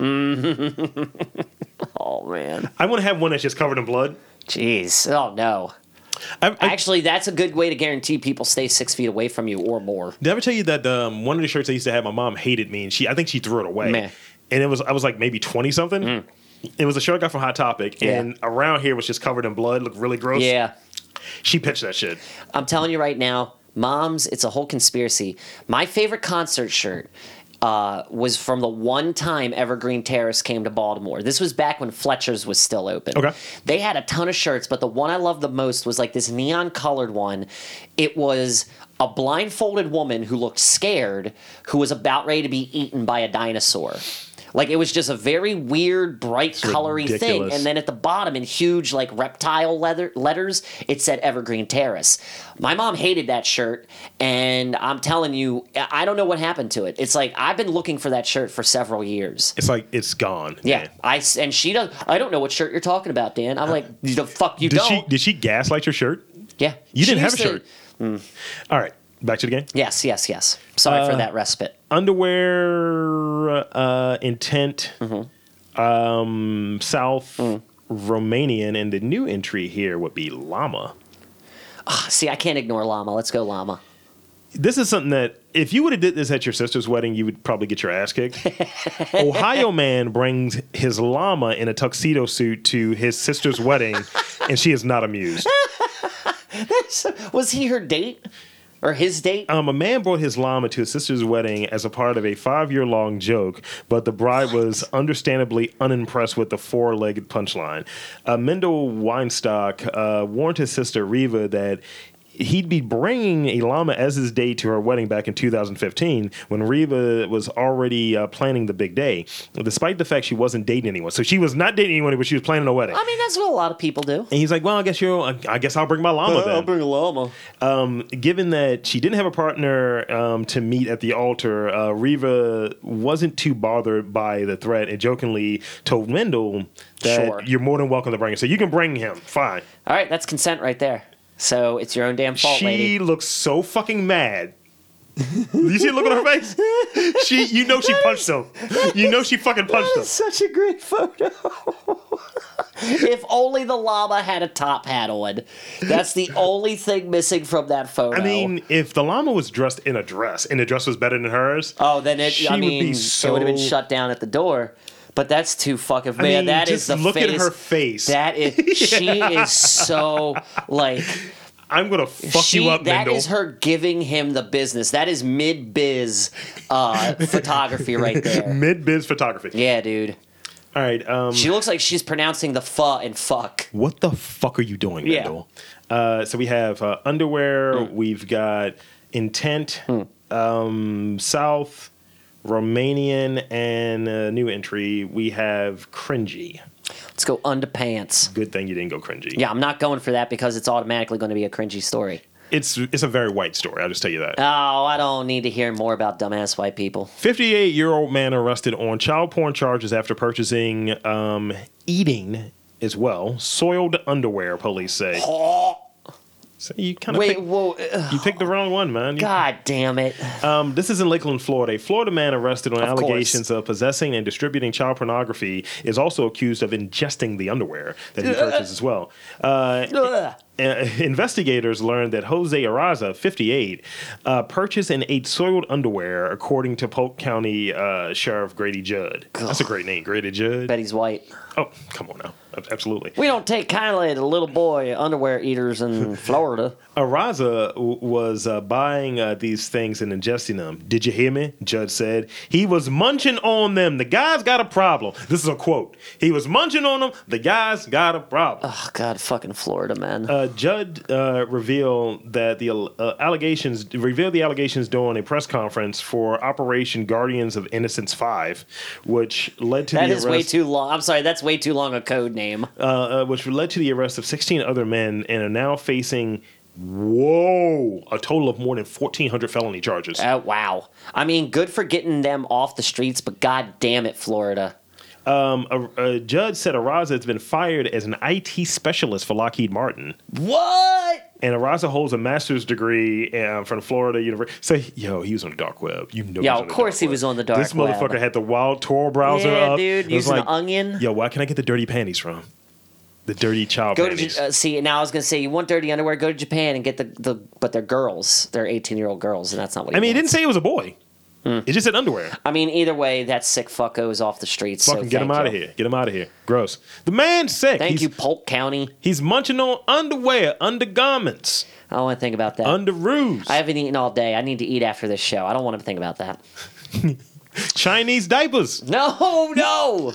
S2: Oh man.
S1: I want to have one that's just covered in blood.
S2: Jeez. Oh no.
S1: I, I,
S2: Actually, that's a good way to guarantee people stay six feet away from you or more.
S1: did I ever tell you that um, one of the shirts I used to have, my mom hated me, and she I think she threw it away.
S2: Meh. Mm.
S1: And it was I was like maybe twenty something. It was a shirt I got from Hot Topic, and around here was just covered in blood, looked really gross.
S2: Yeah.
S1: she pitched that shit.
S2: I'm telling you right now, moms, it's a whole conspiracy. My favorite concert shirt uh, was from the one time Evergreen Terrace came to Baltimore. This was back when Fletcher's was still open.
S1: Okay.
S2: They had a ton of shirts, but the one I loved the most was like this neon colored one. It was a blindfolded woman who looked scared, who was about ready to be eaten by a dinosaur. Like it was just a very weird, bright, colory thing.
S1: ridiculous.
S2: And then and at the bottom in huge like reptile leather letters it said evergreen terrace my mom hated that shirt and i'm telling you i I don't know what happened to it it's like i've been looking for that shirt for several years
S1: It's like it's gone.
S2: yeah
S1: man.
S2: i s- and she does i don't know what shirt you're talking about dan i'm like the fuck you
S1: Did
S2: don't
S1: Uh, she did she gaslight your shirt?
S2: yeah
S1: You
S2: She
S1: didn't have a
S2: used to-
S1: shirt. All right, back to the game.
S2: yes yes yes sorry
S1: Uh,
S2: for that respite
S1: underwear uh, intent um, south romanian and the new entry here would be llama
S2: see i can't ignore llama let's go llama
S1: this is something that if you would have did this at your sister's wedding you would probably get your ass kicked ohio man brings his llama in a tuxedo suit to his sister's wedding and she is not amused
S2: was he her date or his date
S1: um, a man brought his llama to his sister's wedding as a part of a five-year-long joke, but the bride was understandably unimpressed with the four-legged punchline. Uh, Mendel Weinstock uh, warned his sister Riva that he'd be bringing a llama as his date to her wedding back in 2015, when Riva was already uh, planning the big day, despite the fact she wasn't dating anyone. So she was not dating anyone, but she was planning a wedding.
S2: i mean that's what a lot of people do
S1: and he's like, "Well, I guess you'll. I I guess I'll bring my llama then."
S2: a llama
S1: Um, given that she didn't have a partner um, to meet at the altar, uh, Reva wasn't too bothered by the threat and jokingly told Mendel that
S2: Sure.
S1: you're more than welcome to bring him. So you can bring him. Fine.
S2: All right, that's consent right there. So it's your own damn fault,
S1: she
S2: lady.
S1: looks so fucking mad. you see the look on her face? She, you know, she punched him. You know, she fucking punched him.
S2: Such a great photo. if only the llama had a top hat on. That's the only thing missing from that photo.
S1: I mean, if the llama was dressed in a dress and the dress was better than hers,
S2: oh, then it.
S1: she
S2: I
S1: would be
S2: mean, it
S1: so-
S2: would have been shut down at the door. But that's too fucking man.
S1: mean,
S2: that is
S1: just
S2: the
S1: look at
S2: face.
S1: her face.
S2: That is. She is so like.
S1: I'm gonna fuck
S2: she,
S1: you up,
S2: that
S1: Mendel.
S2: is her giving him the business. That is mid biz uh, photography right there.
S1: Mid biz photography.
S2: Yeah, dude.
S1: All right. Um,
S2: She looks like she's pronouncing the fa and fuck.
S1: what the fuck are you doing,
S2: Yeah. Mm.
S1: Mendel? Uh, so we have uh, underwear. We've got intent, um, South, Romanian, and uh, new entry. We have cringy.
S2: Let's go underpants.
S1: Good thing you didn't go cringy.
S2: Yeah, I'm not going for that because it's automatically going to be a cringy story.
S1: it's it's a very white story. I'll just tell you that.
S2: Oh, I don't need to hear more about dumbass white people.
S1: 58 year old man arrested on child porn charges after purchasing, um, eating as well, soiled underwear, police say. So you kind of
S2: Wait,
S1: picked,
S2: whoa. ugh,
S1: you picked the wrong one, man. You-
S2: God damn it.
S1: Um, this is in Lakeland, Florida. A Florida man arrested on
S2: Of course.
S1: allegations of possessing and distributing child pornography is also accused of ingesting the underwear that he
S2: uh,
S1: purchased as well. Uh,
S2: Ugh.
S1: uh, investigators learned that Jose Araza, 58, uh, purchased and ate soiled underwear, according to Polk County uh, Sheriff Grady Judd. That's a great name, Grady Judd.
S2: Betty's white.
S1: Oh, come on now. Ab- Absolutely.
S2: We don't take kindly to little boy underwear eaters in Florida.
S1: Araza w- was uh, buying uh, these things and ingesting them. Did you hear me? Judge said. He was munching on them. The guy's got a problem. This is a quote. He was munching on them. The guy's got a problem.
S2: Oh, God, fucking Florida, man.
S1: Uh, Judd uh, revealed that the uh, allegations revealed the allegations during a press conference for Operation Guardians of Innocence Five, which led to
S2: that
S1: the
S2: is
S1: arrest,
S2: way too long. I'm sorry, that's way too long a code name.
S1: uh, uh, which led to the arrest of 16 other men and are now facing. Whoa! A total of more than 1,400 felony charges.
S2: Oh, wow. I mean, good for getting them off the streets, but God damn it, Florida.
S1: Um, a, a judge said Araza has been fired as an IT specialist for Lockheed Martin,
S2: What?
S1: and Araza holds a master's degree um, from Florida University. So, yo, he was on the dark web. You know,
S2: Yeah,
S1: was on
S2: of
S1: the
S2: course
S1: dark
S2: he
S1: web.
S2: was on the dark
S1: This
S2: web.
S1: motherfucker had the wild Tor browser
S2: Yeah,
S1: up. It
S2: dude,
S1: was
S2: using the onion.
S1: Yo, where can I get the dirty panties from? The dirty child
S2: Go to
S1: panties.
S2: J- uh, see. Now I was gonna say you want dirty underwear. Go to Japan and get the, the but they're girls. They're eighteen year old girls, and that's not what.
S1: I mean, it
S2: he
S1: didn't
S2: wants.
S1: say it was a boy.
S2: Hmm.
S1: It just said underwear.
S2: I mean, either way, that sick fucko is off the streets. so
S1: Fucking get him
S2: thank
S1: out of
S2: you.
S1: here. Get him out of here. Gross. The man's sick.
S2: Thank
S1: he's,
S2: you, Polk County.
S1: He's munching on underwear, undergarments,
S2: I don't want to think about that.
S1: underoos,
S2: I haven't eaten all day. I need to eat after this show. I don't want to think about that.
S1: Chinese diapers.
S2: No, no,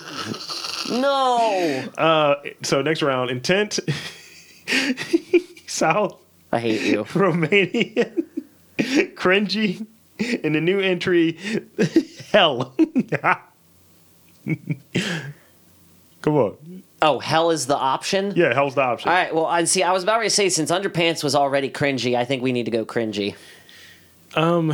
S2: no.
S1: Uh, so next round, intent. South
S2: I hate you.
S1: Romanian, cringy, and the new entry, hell. Come on,
S2: Oh, hell is the option.
S1: yeah, hell's the option.
S2: All right. Well, and see, I was about to say since underpants was already cringy, I think we need to go cringy.
S1: Y'all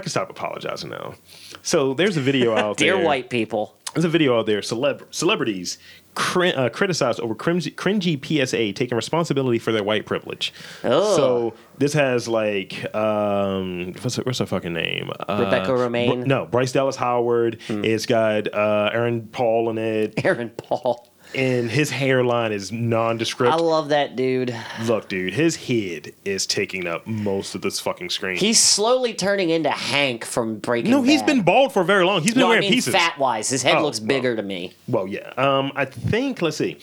S1: can stop apologizing now. So there's a video out
S2: Dear
S1: there.
S2: white people.
S1: There's a video out there. Celeb- celebrities cri- uh, criticized over cringy, cringy PSA taking responsibility for their white privilege.
S2: Ugh.
S1: So this has like um, what's her, what's her fucking name? Uh,
S2: Rebecca Romaine? Hmm.
S1: Br- no, Bryce Dallas Howard. It's got uh, Aaron Paul in it,
S2: Aaron Paul.
S1: and his hairline is nondescript.
S2: I love that dude.
S1: Look, dude, his head is taking up most of this fucking screen.
S2: He's slowly turning into Hank from Breaking
S1: no, he's
S2: Bad.
S1: been bald for very long. He's been
S2: no, I
S1: wearing
S2: mean
S1: pieces.
S2: fat wise. His head
S1: Oh,
S2: looks
S1: well.
S2: bigger to me.
S1: Well, yeah. Um, I think let's see.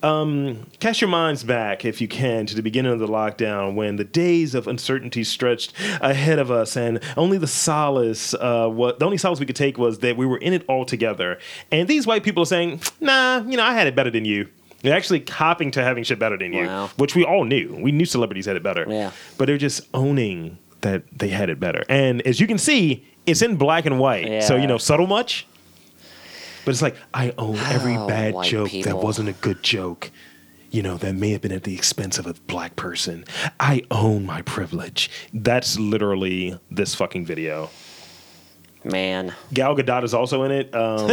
S1: Um, cast your minds back, if you can, to the beginning of the lockdown when the days of uncertainty stretched ahead of us, and only the solace, uh, what the only solace we could take was that we were in it all together. And these white people are saying, "Nah, you know, I had it better than you." They're actually copping to having shit better than you,
S2: Wow.
S1: which we all knew. We knew celebrities had it better,
S2: Yeah.
S1: but they're just owning that they had it better. And as you can see, it's in black and white, so
S2: Yeah.
S1: you know, subtle much. But it's like I own every
S2: Oh,
S1: bad
S2: white
S1: joke that
S2: people.
S1: wasn't a good joke. You know, that may have been at the expense of a black person. I own my privilege. That's literally this fucking video.
S2: Man.
S1: Gal Gadot is also in it. Um,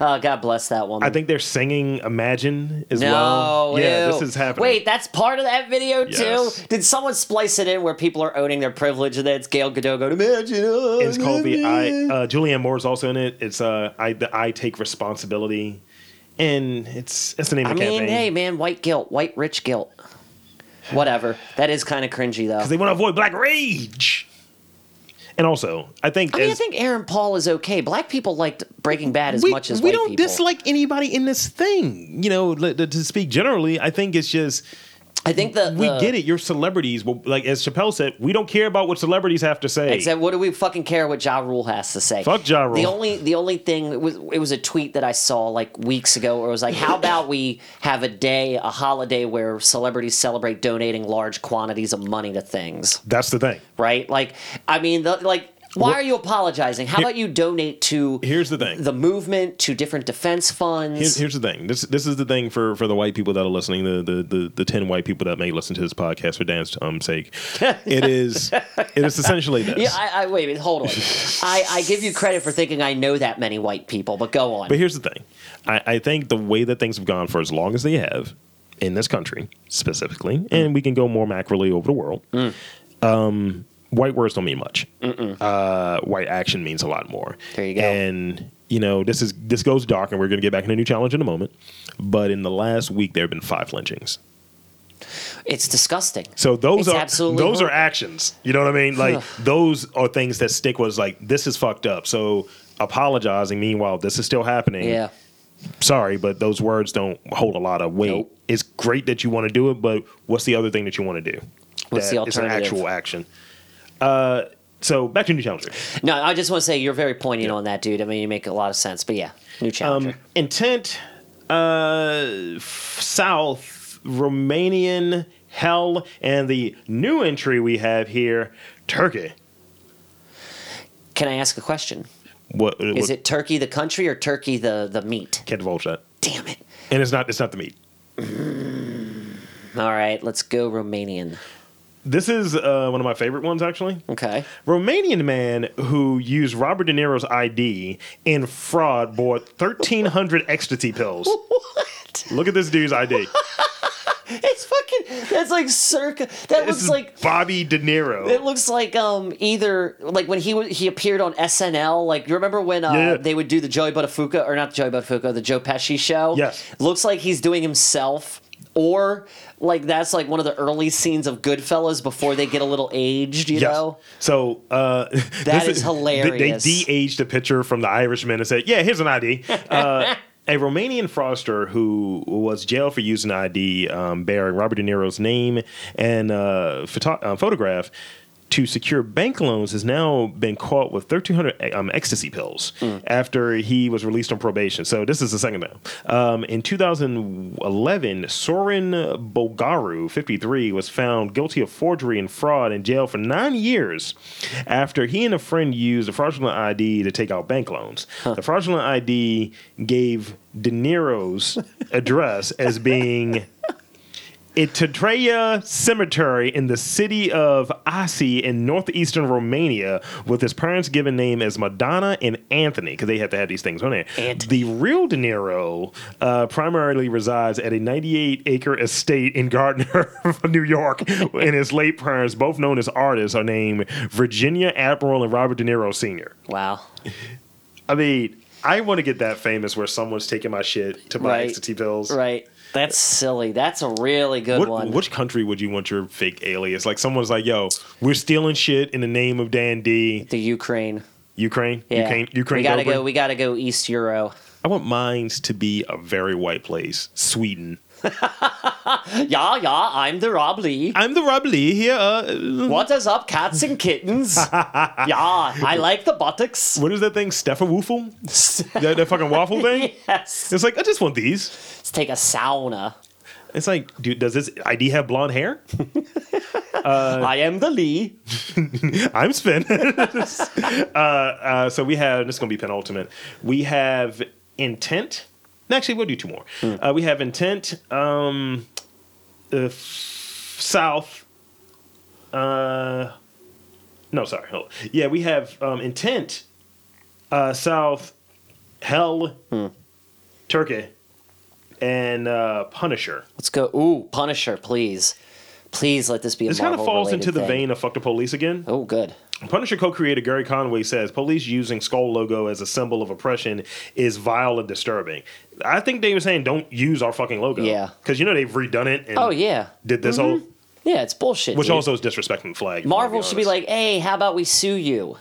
S2: Oh, God bless that woman.
S1: I think they're singing "Imagine" as
S2: no,
S1: well. Yeah,
S2: ew.
S1: this is happening.
S2: Wait, that's part of that video
S1: Yes.
S2: too. Did someone splice it in where people are owning their privilege and then it's Gail Godot going, Imagine oh,
S1: it's called the I.
S2: imagine."
S1: Uh, Julianne Moore is also in it. It's uh, I. The I take responsibility, and it's it's the name
S2: I
S1: of
S2: mean,
S1: the campaign.
S2: hey man, white guilt, white rich guilt. Whatever. That is kind of cringy though.
S1: 'Cause they want to avoid black rage. And also, I think
S2: I mean, I
S1: as-
S2: think Aaron Paul is okay. Black people liked Breaking Bad as much as
S1: we
S2: white
S1: don't
S2: people.
S1: dislike anybody in this thing. You know, li- to speak generally, I think it's just
S2: I think the
S1: we
S2: the-
S1: get it. You're celebrities, well, like as Chappelle said, we don't care about what celebrities have to say.
S2: Except, what do we fucking care what Ja Rule has to say?
S1: Fuck Ja Rule.
S2: The only the only thing it was it was a tweet that I saw like weeks ago, where it was like, "How about we have a day, a holiday where celebrities celebrate donating large quantities of money to things?"
S1: That's the thing.
S2: Right? Like, I mean, the, like, why
S1: What-
S2: are you apologizing? How about you donate to
S1: Here's the thing.
S2: the movement to different defense funds?
S1: Here's, here's the thing. This this is the thing for, for the white people that are listening. The, the the the ten white people that may listen to this podcast for Dan's um sake. It is it is essentially this.
S2: yeah, I, I wait. a minute, Hold on. I, I give you credit for thinking I know that many white people, but go on.
S1: But here's the thing. I, I think the way that things have gone for as long as they have, in this country specifically,
S2: Mm.
S1: and we can go more macroly over the world. Um, white words don't mean much. Uh, white action means a lot more.
S2: There you go.
S1: And you know this is this goes dark, and we're going to get back into a new challenge in a moment. But in the last week, there have been five lynchings.
S2: It's disgusting.
S1: So those
S2: It's
S1: are
S2: absolutely
S1: those are
S2: horrible.
S1: actions. You know what I mean? Like those are things that stick was like this is fucked up. So apologizing meanwhile this is still happening.
S2: yeah.
S1: Sorry, but those words don't hold a lot of weight.
S2: Nope.
S1: It's great that you want to do it, but what's the other thing that you want to do?
S2: What's the
S1: That is an
S2: alternative?
S1: actual action. Uh so back to New Challenger.
S2: No, I just want to say you're very poignant on that, dude. I mean, you make a lot of sense. But yeah, new challenger.
S1: Um, intent uh, f- South Romanian hell and the new entry we have here Turkey.
S2: Can I ask a question?
S1: What
S2: Is it Turkey the country or Turkey the the meat?
S1: Can't divulge that.
S2: Damn it!
S1: And it's not it's not the meat.
S2: All right, let's go Romanian.
S1: This is uh, one of my favorite ones actually.
S2: Okay.
S1: Romanian man who used Robert De Niro's ID in fraud bought 1300 ecstasy pills.
S2: What?
S1: Look at this dude's ID.
S2: It's fucking. That's like circa. That
S1: This
S2: looks
S1: is
S2: like.
S1: Bobby De
S2: It
S1: Niro.
S2: looks like um either like when he wa- he appeared on SNL. Like you remember when uh,
S1: Yeah.
S2: they would do the Joey Buttafuoco or not Joey Buttafuoco, the Joe Pesci show.
S1: Yes.
S2: looks like he's doing himself. Or like that's like one of the early scenes of Goodfellas before they get a little aged, you
S1: Yes.
S2: know?
S1: So uh,
S2: That
S1: this
S2: is
S1: They, they
S2: hilarious.
S1: de-aged a picture from the Irishman and said, "Yeah, here's an ID." Uh, a Romanian fraudster who was jailed for using an ID um, bearing Robert De Niro's name and uh, photo- uh, photograph to secure bank loans has now been caught with 1,300 um, ecstasy pills
S2: Mm.
S1: after he was released on probation. So this is the second time. Um, in 2011, Soren Bogaru, 53, was found guilty of forgery and fraud and jailed for nine years after he and a friend used a fraudulent ID to take out bank loans. The fraudulent ID gave De Niro's address as being at Tetreya Cemetery in the city of Asi in northeastern Romania, with his parents' given name as Madonna and Anthony, because they had to have these things on there.
S2: Anthony.
S1: The real De Niro uh, primarily resides at a 98 acre estate in Gardner, New York, and his late parents, both known as artists, are named Virginia Admiral and Robert De Niro Sr.
S2: Wow.
S1: I mean, I want to get that famous where someone's taking my shit to buy
S2: Right.
S1: ecstasy pills.
S2: Right. That's silly. That's a really good
S1: What,
S2: one.
S1: Which country would you want your fake alias? Like someone's like, "Yo, we're stealing shit in the name of Dan D."
S2: the Ukraine.
S1: Ukraine,
S2: Yeah.
S1: Ukraine, Ukraine.
S2: We gotta
S1: Goldberg?
S2: go. We gotta go East Euro.
S1: I want mines to be a very white place, Sweden.
S2: Yeah, yeah. I'm the Rob Lee.
S1: I'm the Rob Lee here. Uh,
S2: What is up, cats and kittens? yeah, I like the buttocks.
S1: what is that thing? Steffa Woofle? that, that fucking waffle thing?
S2: yes.
S1: It's like I just want these.
S2: Let's take a sauna.
S1: It's like, dude, does this ID have blonde hair? Uh,
S2: I am the Lee.
S1: I'm Sven. uh, uh, so we have this is going to be penultimate. We have intent. No, Actually, we'll do two more. Uh, we have intent. Um, uh, f- south. Uh, no, sorry. Hold on. Yeah, we have um, intent. Uh, south, hell, Turkey, and uh, Punisher.
S2: Let's go. Ooh, Punisher, please. Please let this be a
S1: This kind of falls into the
S2: thing.
S1: vein of "fuck the police" again.
S2: Oh, good.
S1: Punisher co-creator Gary Conway says police using skull logo as a symbol of oppression is vile and disturbing. I think they were saying don't use our fucking logo.
S2: Yeah.
S1: because you know they've redone it. And
S2: Oh, yeah.
S1: did this whole
S2: Yeah, it's bullshit.
S1: which
S2: dude.
S1: also is disrespecting the flag. if I'm
S2: Marvel
S1: gonna
S2: should be
S1: honest.
S2: like, hey, how about we sue you?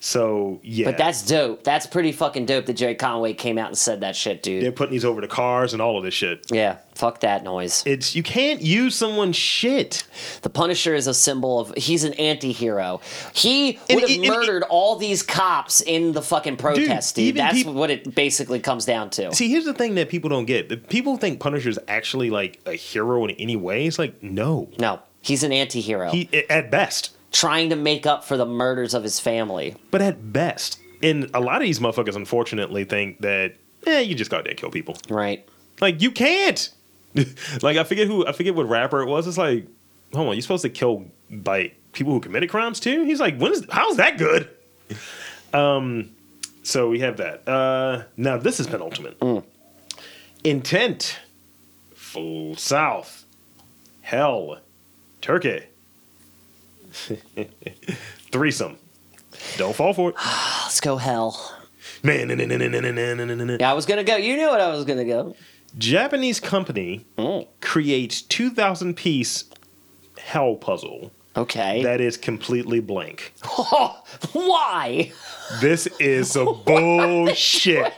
S1: so yeah.
S2: But that's dope. That's pretty fucking dope that Jerry Conway came out and said that shit, dude.
S1: they're putting these over the cars and all of this shit.
S2: Yeah, fuck that noise.
S1: It's you can't use someone's shit.
S2: The Punisher is a symbol of he's an anti-hero. He
S1: And-
S2: would have
S1: and- and-
S2: murdered all these cops in the fucking protest, dude.
S1: even
S2: That's
S1: peop-
S2: what it basically comes down to.
S1: See, here's the thing that people don't get. The People think Punisher's actually like a hero in any way. It's like no,
S2: no, he's an anti-hero
S1: he at best.
S2: trying to make up for the murders of his family.
S1: But at best, and a lot of these motherfuckers unfortunately think that eh, you just go out there and kill people.
S2: Right.
S1: Like you can't. like I forget who I forget what rapper it was. It's like, hold on, you're supposed to kill like people who committed crimes too. He's like, when is how's that good? um, so we have that. Uh, now this is penultimate. Intent. full south, hell, turkey, threesome. Don't fall for it.
S2: Let's go hell.
S1: Man, na- na- na- na- na- na- na- na- na- na.
S2: Yeah, I was gonna go. You knew what I was gonna go.
S1: Japanese company
S2: Mm,
S1: creates 2,000 piece hell puzzle
S2: okay.
S1: that is completely blank.
S2: Why?
S1: This is some bullshit.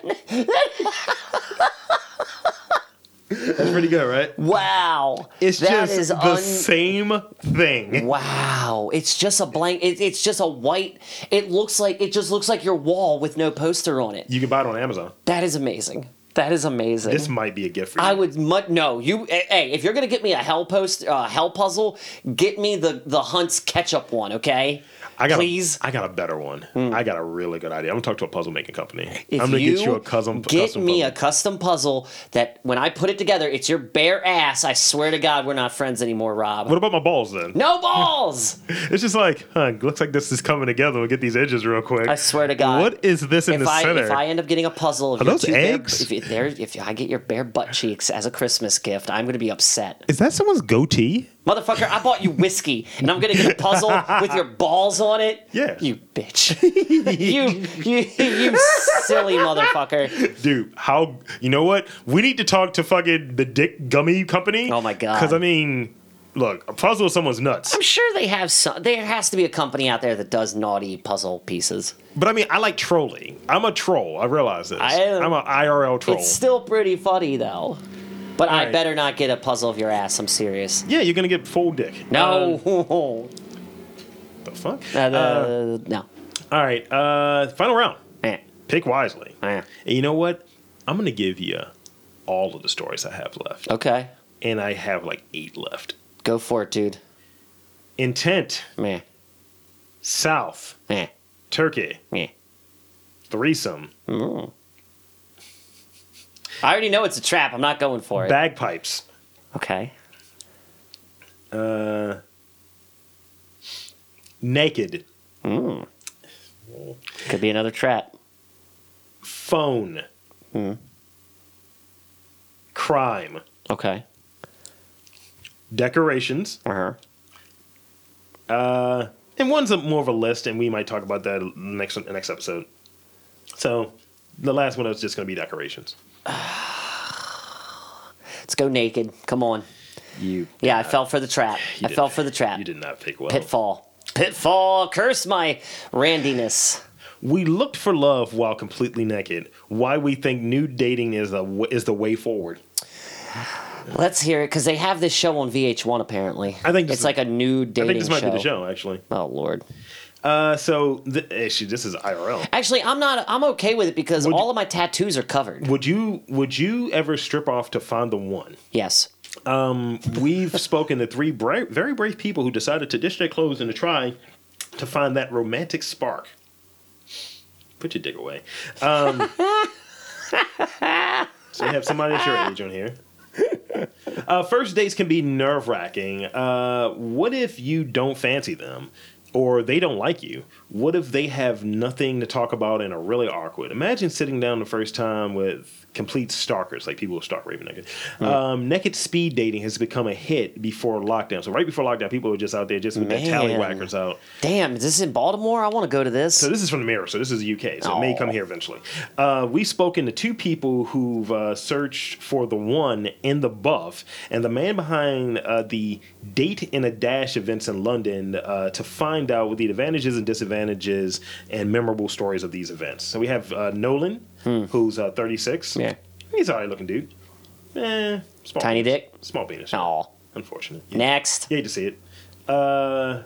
S1: That's pretty good, right?
S2: Wow.
S1: It's
S2: That
S1: just
S2: is
S1: the
S2: un-
S1: same thing.
S2: Wow, it's just a blank. It, it's just a white. It looks like it just looks like your wall with no poster on it.
S1: You can buy it on Amazon.
S2: That is amazing. That is amazing.
S1: This might be a gift for you.
S2: I would mu- no you. eh, Hey, if you're gonna get me a hell post, uh, hell puzzle, get me the the Hunt's ketchup one, okay?
S1: I got
S2: please. Hmm.
S1: A, I got a better one. I got a really good idea. I'm gonna talk to a puzzle making company.
S2: If
S1: I'm gonna
S2: you
S1: get you a custom.
S2: Get
S1: custom
S2: me a
S1: puzzle.
S2: custom puzzle that when I put it together, it's your bare ass. I swear to God, we're not friends anymore, Rob.
S1: What about my balls then?
S2: no balls.
S1: It's just like, huh, looks like this is coming together. We'll get these edges real quick.
S2: I swear to God.
S1: What is this in
S2: if
S1: the
S2: I
S1: center?
S2: if I end up getting a puzzle, of
S1: Are
S2: your
S1: those
S2: two bare-
S1: eggs?
S2: if, you- there, if I get your bare butt cheeks as a Christmas gift, I'm gonna be upset,
S1: is that someone's goatee?
S2: motherfucker. I bought you whiskey, and I'm gonna get a puzzle with your balls on it.
S1: Yeah.
S2: you bitch. you you you silly motherfucker.
S1: Dude, how you know what? We need to talk to fucking the dick gummy company.
S2: Oh my God.
S1: Because I mean, look, a puzzle is someone's nuts.
S2: I'm sure they have some. There has to be a company out there that does naughty puzzle pieces.
S1: But I mean, I like trolling. I'm a troll. I realize this.
S2: I-
S1: am an IRL troll.
S2: It's still pretty funny though. But I
S1: right.
S2: better not get a puzzle of your ass. I'm serious.
S1: yeah, you're gonna get full dick.
S2: No,
S1: Uh, the fuck.
S2: Uh,
S1: Uh,
S2: no.
S1: all right. Uh, final round.
S2: Eh,
S1: Pick wisely.
S2: eh.
S1: And you know what? I'm gonna give you all of the stories I have left,
S2: Okay.
S1: and I have like eight left.
S2: Go for it, dude.
S1: Intent,
S2: Meh.
S1: South,
S2: Meh.
S1: Turkey,
S2: Meh.
S1: threesome,
S2: Mm. I already know it's a trap. I'm not going for it.
S1: bagpipes.
S2: okay.
S1: Uh, naked
S2: Mm. Could be another trap.
S1: phone
S2: Hmm.
S1: crime
S2: Okay.
S1: decorations
S2: Uh huh.
S1: uh, and one's a, more of a list and we might talk about that next next episode so the last one is just going to be decorations
S2: Let's go naked. Come on.
S1: you
S2: Yeah, I fell for the trap. I
S1: did.
S2: fell for the trap.
S1: you did not pick well
S2: Pitfall. Pitfall. Curse my randiness.
S1: we looked for love while completely naked why we think nude dating is the w- is the way forward
S2: Let's hear it because they have this show on VH1 apparently.
S1: I think this
S2: it's
S1: is-
S2: like a new dating
S1: i think this might
S2: show.
S1: be the show actually
S2: Oh lord.
S1: uh, so th- actually this is irl
S2: Actually, I'm not. I'm okay with it because
S1: Would-
S2: all of my tattoos are covered.
S1: would you would you ever strip off to find the one
S2: yes.
S1: Um, we've spoken to three bra- very brave people who decided to ditch their clothes and to try to find that romantic spark. Put your dick away. Um, so you have somebody at your age on here. Uh, first dates can be nerve wracking. Uh, what if you don't fancy them? Or they don't like you. What if they have nothing to talk about and are really awkward? Imagine sitting down the first time with complete stalkers, like people who stalk Raven Naked. Um, naked speed dating has become a hit before lockdown. So right before lockdown, people were just out there just with their
S2: Man.
S1: tallywhackers out.
S2: Damn, is this in Baltimore? I want to go to this.
S1: So this is from the mirror. So this is the UK. So it may
S2: Aw.
S1: come here eventually. Uh, we've spoken to two people who've uh, searched for the one in the buff, and the man behind uh, the date in a dash events in London uh, to find out what the advantages and disadvantages and memorable stories of these events. So we have uh, Nolan, who's uh, 36.
S2: Hmm. Yeah.
S1: he's all right looking dude. Eh, small
S2: Tiny
S1: penis.
S2: dick?
S1: Small penis.
S2: Aw.
S1: unfortunate.
S2: Next.
S1: Yeah, you can see it. Uh,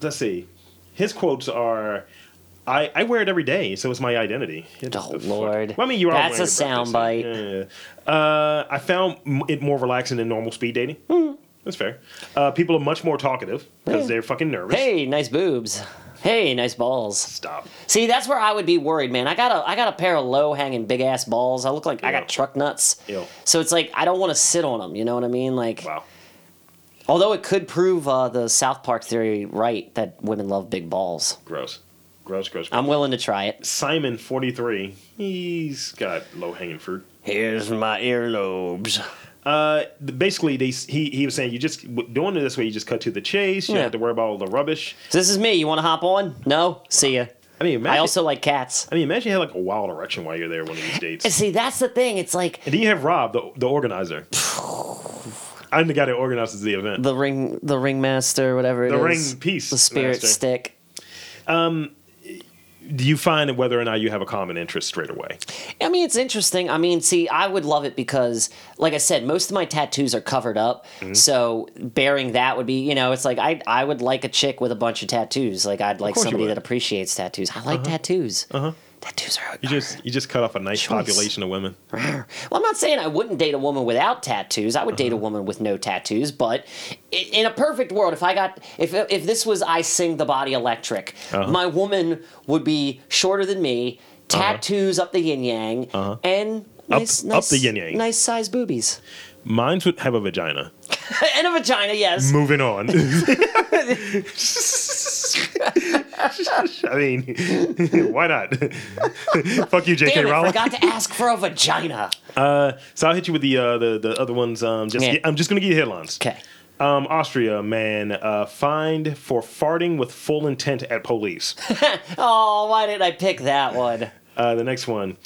S1: let's see. His quotes are, "I I wear it every day, so it's my identity." It's-
S2: Oh,
S1: fuck.
S2: Lord.
S1: Well, I mean, you are.
S2: That's
S1: wearing your
S2: a
S1: birthday suit.
S2: soundbite.
S1: Yeah, yeah, yeah. Uh, I found m- it more relaxing than normal speed dating. That's fair. Uh, people are much more talkative because
S2: Hmm. Yeah.
S1: they're fucking nervous.
S2: Hey, nice boobs. Hey, nice balls.
S1: Stop.
S2: See, that's where I would be worried, man. I got a I got a pair of low hanging big ass balls. I look like I
S1: Ew.
S2: got truck nuts.
S1: Ew.
S2: So it's like I don't want to sit on them. You know what I mean? Like,
S1: Wow.
S2: although it could prove uh, the South Park theory right that women love big balls.
S1: Gross. Gross. Gross. gross.
S2: I'm willing to try it.
S1: Simon, forty three. He's got low hanging fruit.
S2: Here's my earlobes.
S1: Uh, basically, they he he was saying you just doing it this way. You just cut to the chase. You
S2: Yeah.
S1: don't have to worry about all the rubbish.
S2: So this is me. You want to hop on? No. See ya.
S1: I mean, imagine,
S2: I also like cats.
S1: I mean, imagine you had like a wild erection while you're there one of these dates.
S2: And see, that's the thing. It's like
S1: And then you have Rob, the, the organizer. I'm the guy that organizes the event.
S2: the ring, the ringmaster, whatever it
S1: The
S2: is.
S1: ring piece
S2: the spirit
S1: master.
S2: stick.
S1: Do you find whether or not you have a common interest straight away?
S2: I mean, it's interesting. I mean, see, I would love it because, like I said, most of my tattoos are covered up.
S1: Mm-hmm.
S2: So bearing that would be, you know, it's like I I would like a chick with a bunch of tattoos. Like I'd like
S1: course you
S2: somebody
S1: would. Uh-huh.
S2: that appreciates tattoos. I like tattoos. Uh huh. Tattoos are.
S1: You just you just cut off a nice
S2: Choice.
S1: population of women.
S2: Well, I'm not saying I wouldn't date a woman without tattoos. I would
S1: Uh-huh.
S2: date a woman with no tattoos, but i- in a perfect world, if I got if if this was I sing the body electric,
S1: Uh-huh.
S2: my woman would be shorter than me, tattoos up the yin yang, and
S1: Uh-huh. Up-
S2: nice,
S1: up
S2: nice-
S1: the yin-yang.
S2: nice size boobies
S1: Mine would have a vagina.
S2: and a vagina. Yes,
S1: Moving on. I mean, why not? Fuck you, J.K.
S2: damn it,
S1: Rowling.
S2: forgot to ask for a vagina.
S1: Uh, So I'll hit you with the uh, the, the other ones. Um, just
S2: Yeah.
S1: I'm just gonna give you headlines.
S2: Okay.
S1: Um, Austria, man, uh, fined for farting with full intent at police.
S2: Oh, why did I pick that one?
S1: Uh, the next one.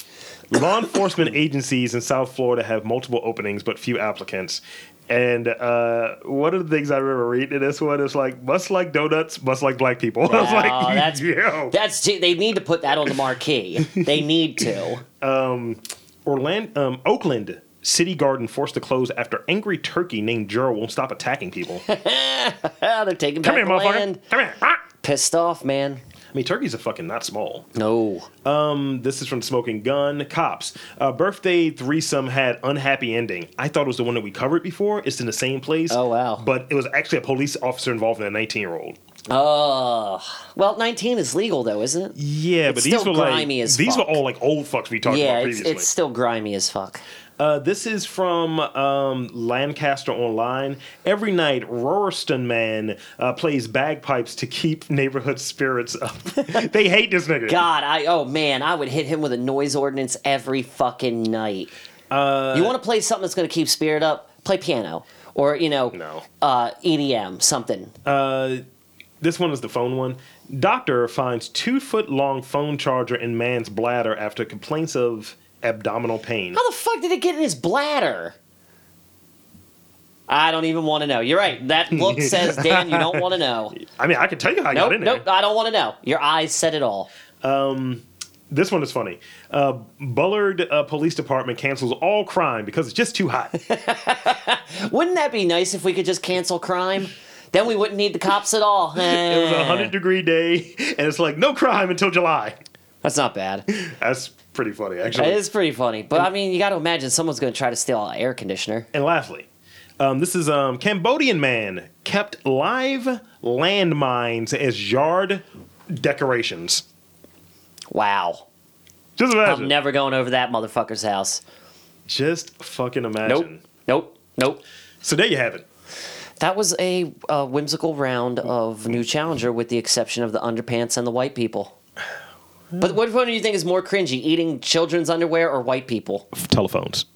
S1: Law enforcement agencies in South Florida have multiple openings but few applicants. And uh, one of the things I remember reading in this one is like, must like donuts, must like black people. I was like,
S2: Wow, that's-
S1: yo.
S2: That's they need to put that on the marquee. They need to.
S1: Orlando, um, Oakland City Garden forced to close after angry turkey named Gerald won't stop attacking people. Come
S2: Ah, They're taking back
S1: here,
S2: the
S1: motherfucker.
S2: land.
S1: Come here. Ah!
S2: Pissed off, man.
S1: I mean, turkeys are fucking not small.
S2: No.
S1: This is from Smoking Gun Cops. Uh, birthday threesome had unhappy ending. I thought it was the one that we covered before. It's in the same place.
S2: Oh, wow.
S1: But it was actually a police officer involved in a 19 year old.
S2: Oh. Well, 19 is legal though, isn't it?
S1: Yeah, but these
S2: still
S1: were like
S2: grimy as
S1: these
S2: fuck.
S1: were all like old fucks we talked about
S2: Yeah, it's,
S1: previously.
S2: it's still grimy as fuck.
S1: Uh, this is from um, Lancaster Online. Every night, Roarston Man uh, plays bagpipes to keep neighborhood spirits up. they hate this nigga.
S2: God, I oh man, I would hit him with a noise ordinance every fucking night. Uh, you want to play something that's going to keep spirit up? Play piano or you know,
S1: No.
S2: uh, EDM something.
S1: Uh, This one is the phone one. Doctor finds two foot long phone charger in man's bladder after complaints of abdominal pain.
S2: How the fuck did it get in his bladder? I don't even want to know. You're right. That look says Dan. You don't want to know.
S1: I mean, I can tell you how I got
S2: Nope,
S1: in there.
S2: nope. I don't want to know. Your eyes said it all.
S1: This one is funny. Uh, Bullard uh, Police Department cancels all crime because it's just too hot.
S2: Wouldn't that be nice if we could just cancel crime? Then we wouldn't need the cops at all. Eh,
S1: it was a 100 degree day, and it's like no crime until July.
S2: That's not bad.
S1: That's pretty funny, actually.
S2: It is pretty funny. But I mean, you got to imagine someone's going to try to steal an air conditioner.
S1: And lastly, um, this is um, Cambodian man kept live landmines as yard decorations.
S2: Wow.
S1: Just imagine.
S2: I'm never going over that motherfucker's house.
S1: Just fucking
S2: Nope.
S1: imagine.
S2: Nope. Nope.
S1: So there you have it.
S2: That was a uh, whimsical round of New Challenger, with the exception of the underpants and the white people. But what one do you think is more cringy, eating children's underwear or white people?
S1: Telephones,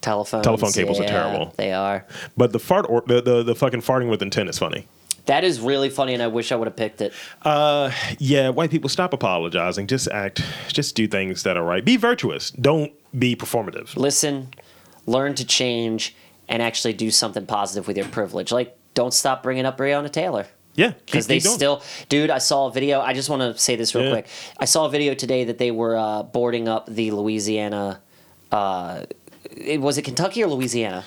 S2: Telephones.
S1: Telephone cables are
S2: yeah,
S1: terrible.
S2: They are.
S1: but the fart or the, the the fucking farting with intent is funny.
S2: That is really funny, and I wish I would have picked it.
S1: Yeah, white people stop apologizing. Just act. Just do things that are right. Be virtuous. Don't be performative.
S2: listen, learn to change, and actually do something positive with your privilege. Like, don't stop bringing up Breonna Taylor.
S1: Yeah,
S2: Because they still, dude, I saw a video. I just want to say this real
S1: Yeah.
S2: quick. I saw a video today that they were uh, boarding up the Louisiana. Uh, it, was it Kentucky or Louisiana?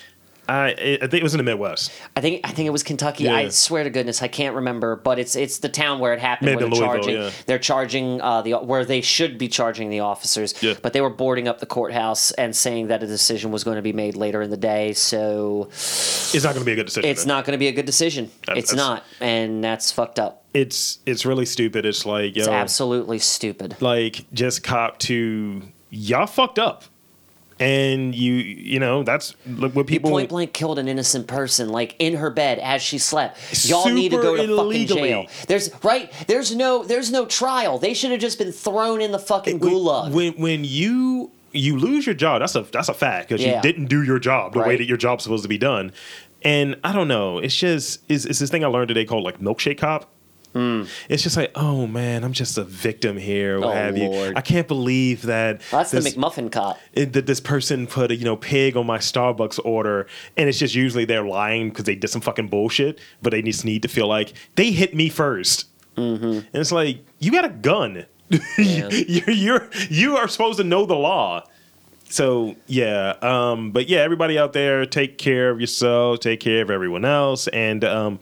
S1: I I think it was in the Midwest.
S2: I think I think it was Kentucky. I
S1: Yeah.
S2: swear to goodness, I can't remember, but it's it's the town where it happened.
S1: Maybe
S2: where they're
S1: Louisville,
S2: charging,
S1: yeah.
S2: they're charging uh, the where they should be charging the officers,
S1: Yeah.
S2: but they were boarding up the courthouse and saying that a decision was going to be made later in the day. So
S1: It's not going to be a good decision.
S2: it's not going to be a good decision.
S1: That-
S2: it's
S1: that's-
S2: not, and that's fucked up.
S1: It's it's really stupid. It's like yo,
S2: It's absolutely stupid.
S1: like just cop to y'all fucked up, and you you know that's look what people
S2: Point blank killed an innocent person, like in her bed as she slept. Y'all need to
S1: Super
S2: go to fucking
S1: illegally.
S2: jail. There's right. There's no. There's no trial. They should have just been thrown in the fucking
S1: When-
S2: gulag.
S1: When when you you lose your job. That's a that's a fact because
S2: Yeah.
S1: you didn't do your job the way
S2: Right.
S1: that your job's supposed to be done. And I don't know. It's just it's, it's this thing I learned today called like milkshake cop. It's just like, oh man, I'm just a victim here. What
S2: Mm. Oh,
S1: have
S2: Lord.
S1: you? I can't believe that
S2: Well, that's
S1: this-
S2: the McMuffin cop.
S1: it, that this person put a you know pig on my Starbucks order, and it's just usually they're lying because they did some fucking bullshit, but they just need to feel like they hit me 1st
S2: Mm-hmm.
S1: And it's like you got a gun,
S2: Yeah.
S1: you're, you're you are supposed to know the law. So yeah, um, but yeah, everybody out there, take care of yourself, take care of everyone else, and um,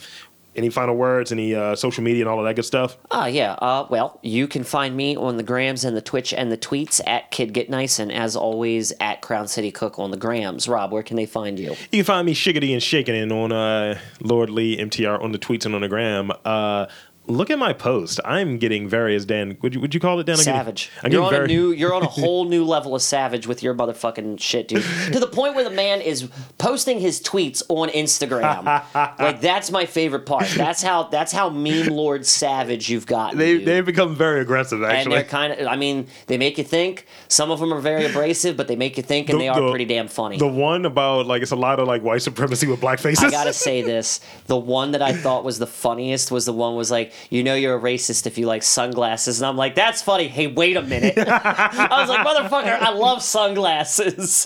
S1: any final words, any uh, social media, and all of that good stuff.
S2: Ah, yeah. Uh, well, you can find me on the grams and the Twitch and the tweets at Kid Get Nice, and as always at Crown City Cook on the grams. Rob, where can they find you?
S1: You can find me shiggity and shaking it on uh, Lord Lee MTR on the tweets and on the gram. Uh, look at my post. I'm getting various Dan. Would you would you call it Dan? I'm getting-
S2: Savage.
S1: I'm
S2: you're
S1: getting
S2: on a
S1: very-
S2: new you're on a whole new level of savage with your motherfucking shit, dude. to the point where the man is posting his tweets on Instagram. like that's my favorite part. That's how that's how meme lord savage you've gotten.
S1: They
S2: dude.
S1: they've become very aggressive
S2: and
S1: actually.
S2: they're kind of, I mean, they make you think. Some of them are very abrasive, but they make you think, and
S1: The-
S2: they are
S1: the-
S2: pretty damn funny.
S1: the one about like it's a lot of like white supremacy with black faces.
S2: I gotta say this. The one that I thought was the funniest was the one was like, you know, you're a racist if you like sunglasses, and I'm like, that's funny. Hey, wait a minute. I was like, motherfucker, I love sunglasses.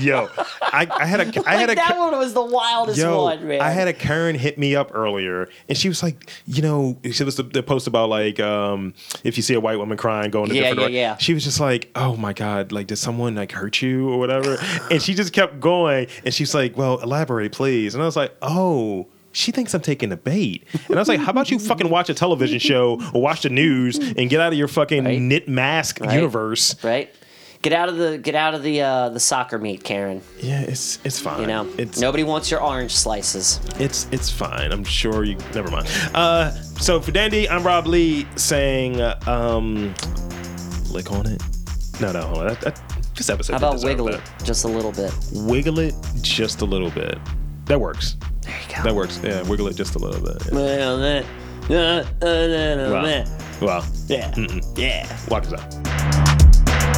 S1: Yo, I, I had a I
S2: like,
S1: had a
S2: that one was the wildest
S1: Yo,
S2: one, man.
S1: I had a Karen hit me up earlier, and she was like, you know, she was the, the post about like, um, if you see a white woman crying, going to
S2: Yeah,
S1: different.
S2: yeah,
S1: direc-
S2: yeah.
S1: She was just like, oh my god, like did someone like hurt you or whatever? and she just kept going, and she's like, well, elaborate, please. And I was like, oh. She thinks I'm taking the bait. And I was like, how about you fucking watch a television show or watch the news and get out of your fucking
S2: Right.
S1: knit mask
S2: Right.
S1: universe?
S2: right? Get out of the get out of the uh, the soccer meet, Karen.
S1: Yeah, it's it's fine.
S2: You know,
S1: it's
S2: nobody wants your orange slices.
S1: It's it's fine. I'm sure you. Never mind. Uh, so for Dandy, I'm Rob Lee saying, uh, um, lick on it. No, no, hold on. That, that, this episode.
S2: How about
S1: deserved
S2: wiggle it
S1: that.
S2: just a little bit?
S1: Wiggle it just a little bit. That works.
S2: There you go.
S1: That works. Yeah, wiggle it just a little bit. Yeah.
S2: Well, eh, eh, eh, eh,
S1: Wow.
S2: eh.
S1: Wow.
S2: Yeah. Yeah.
S1: Walk us out.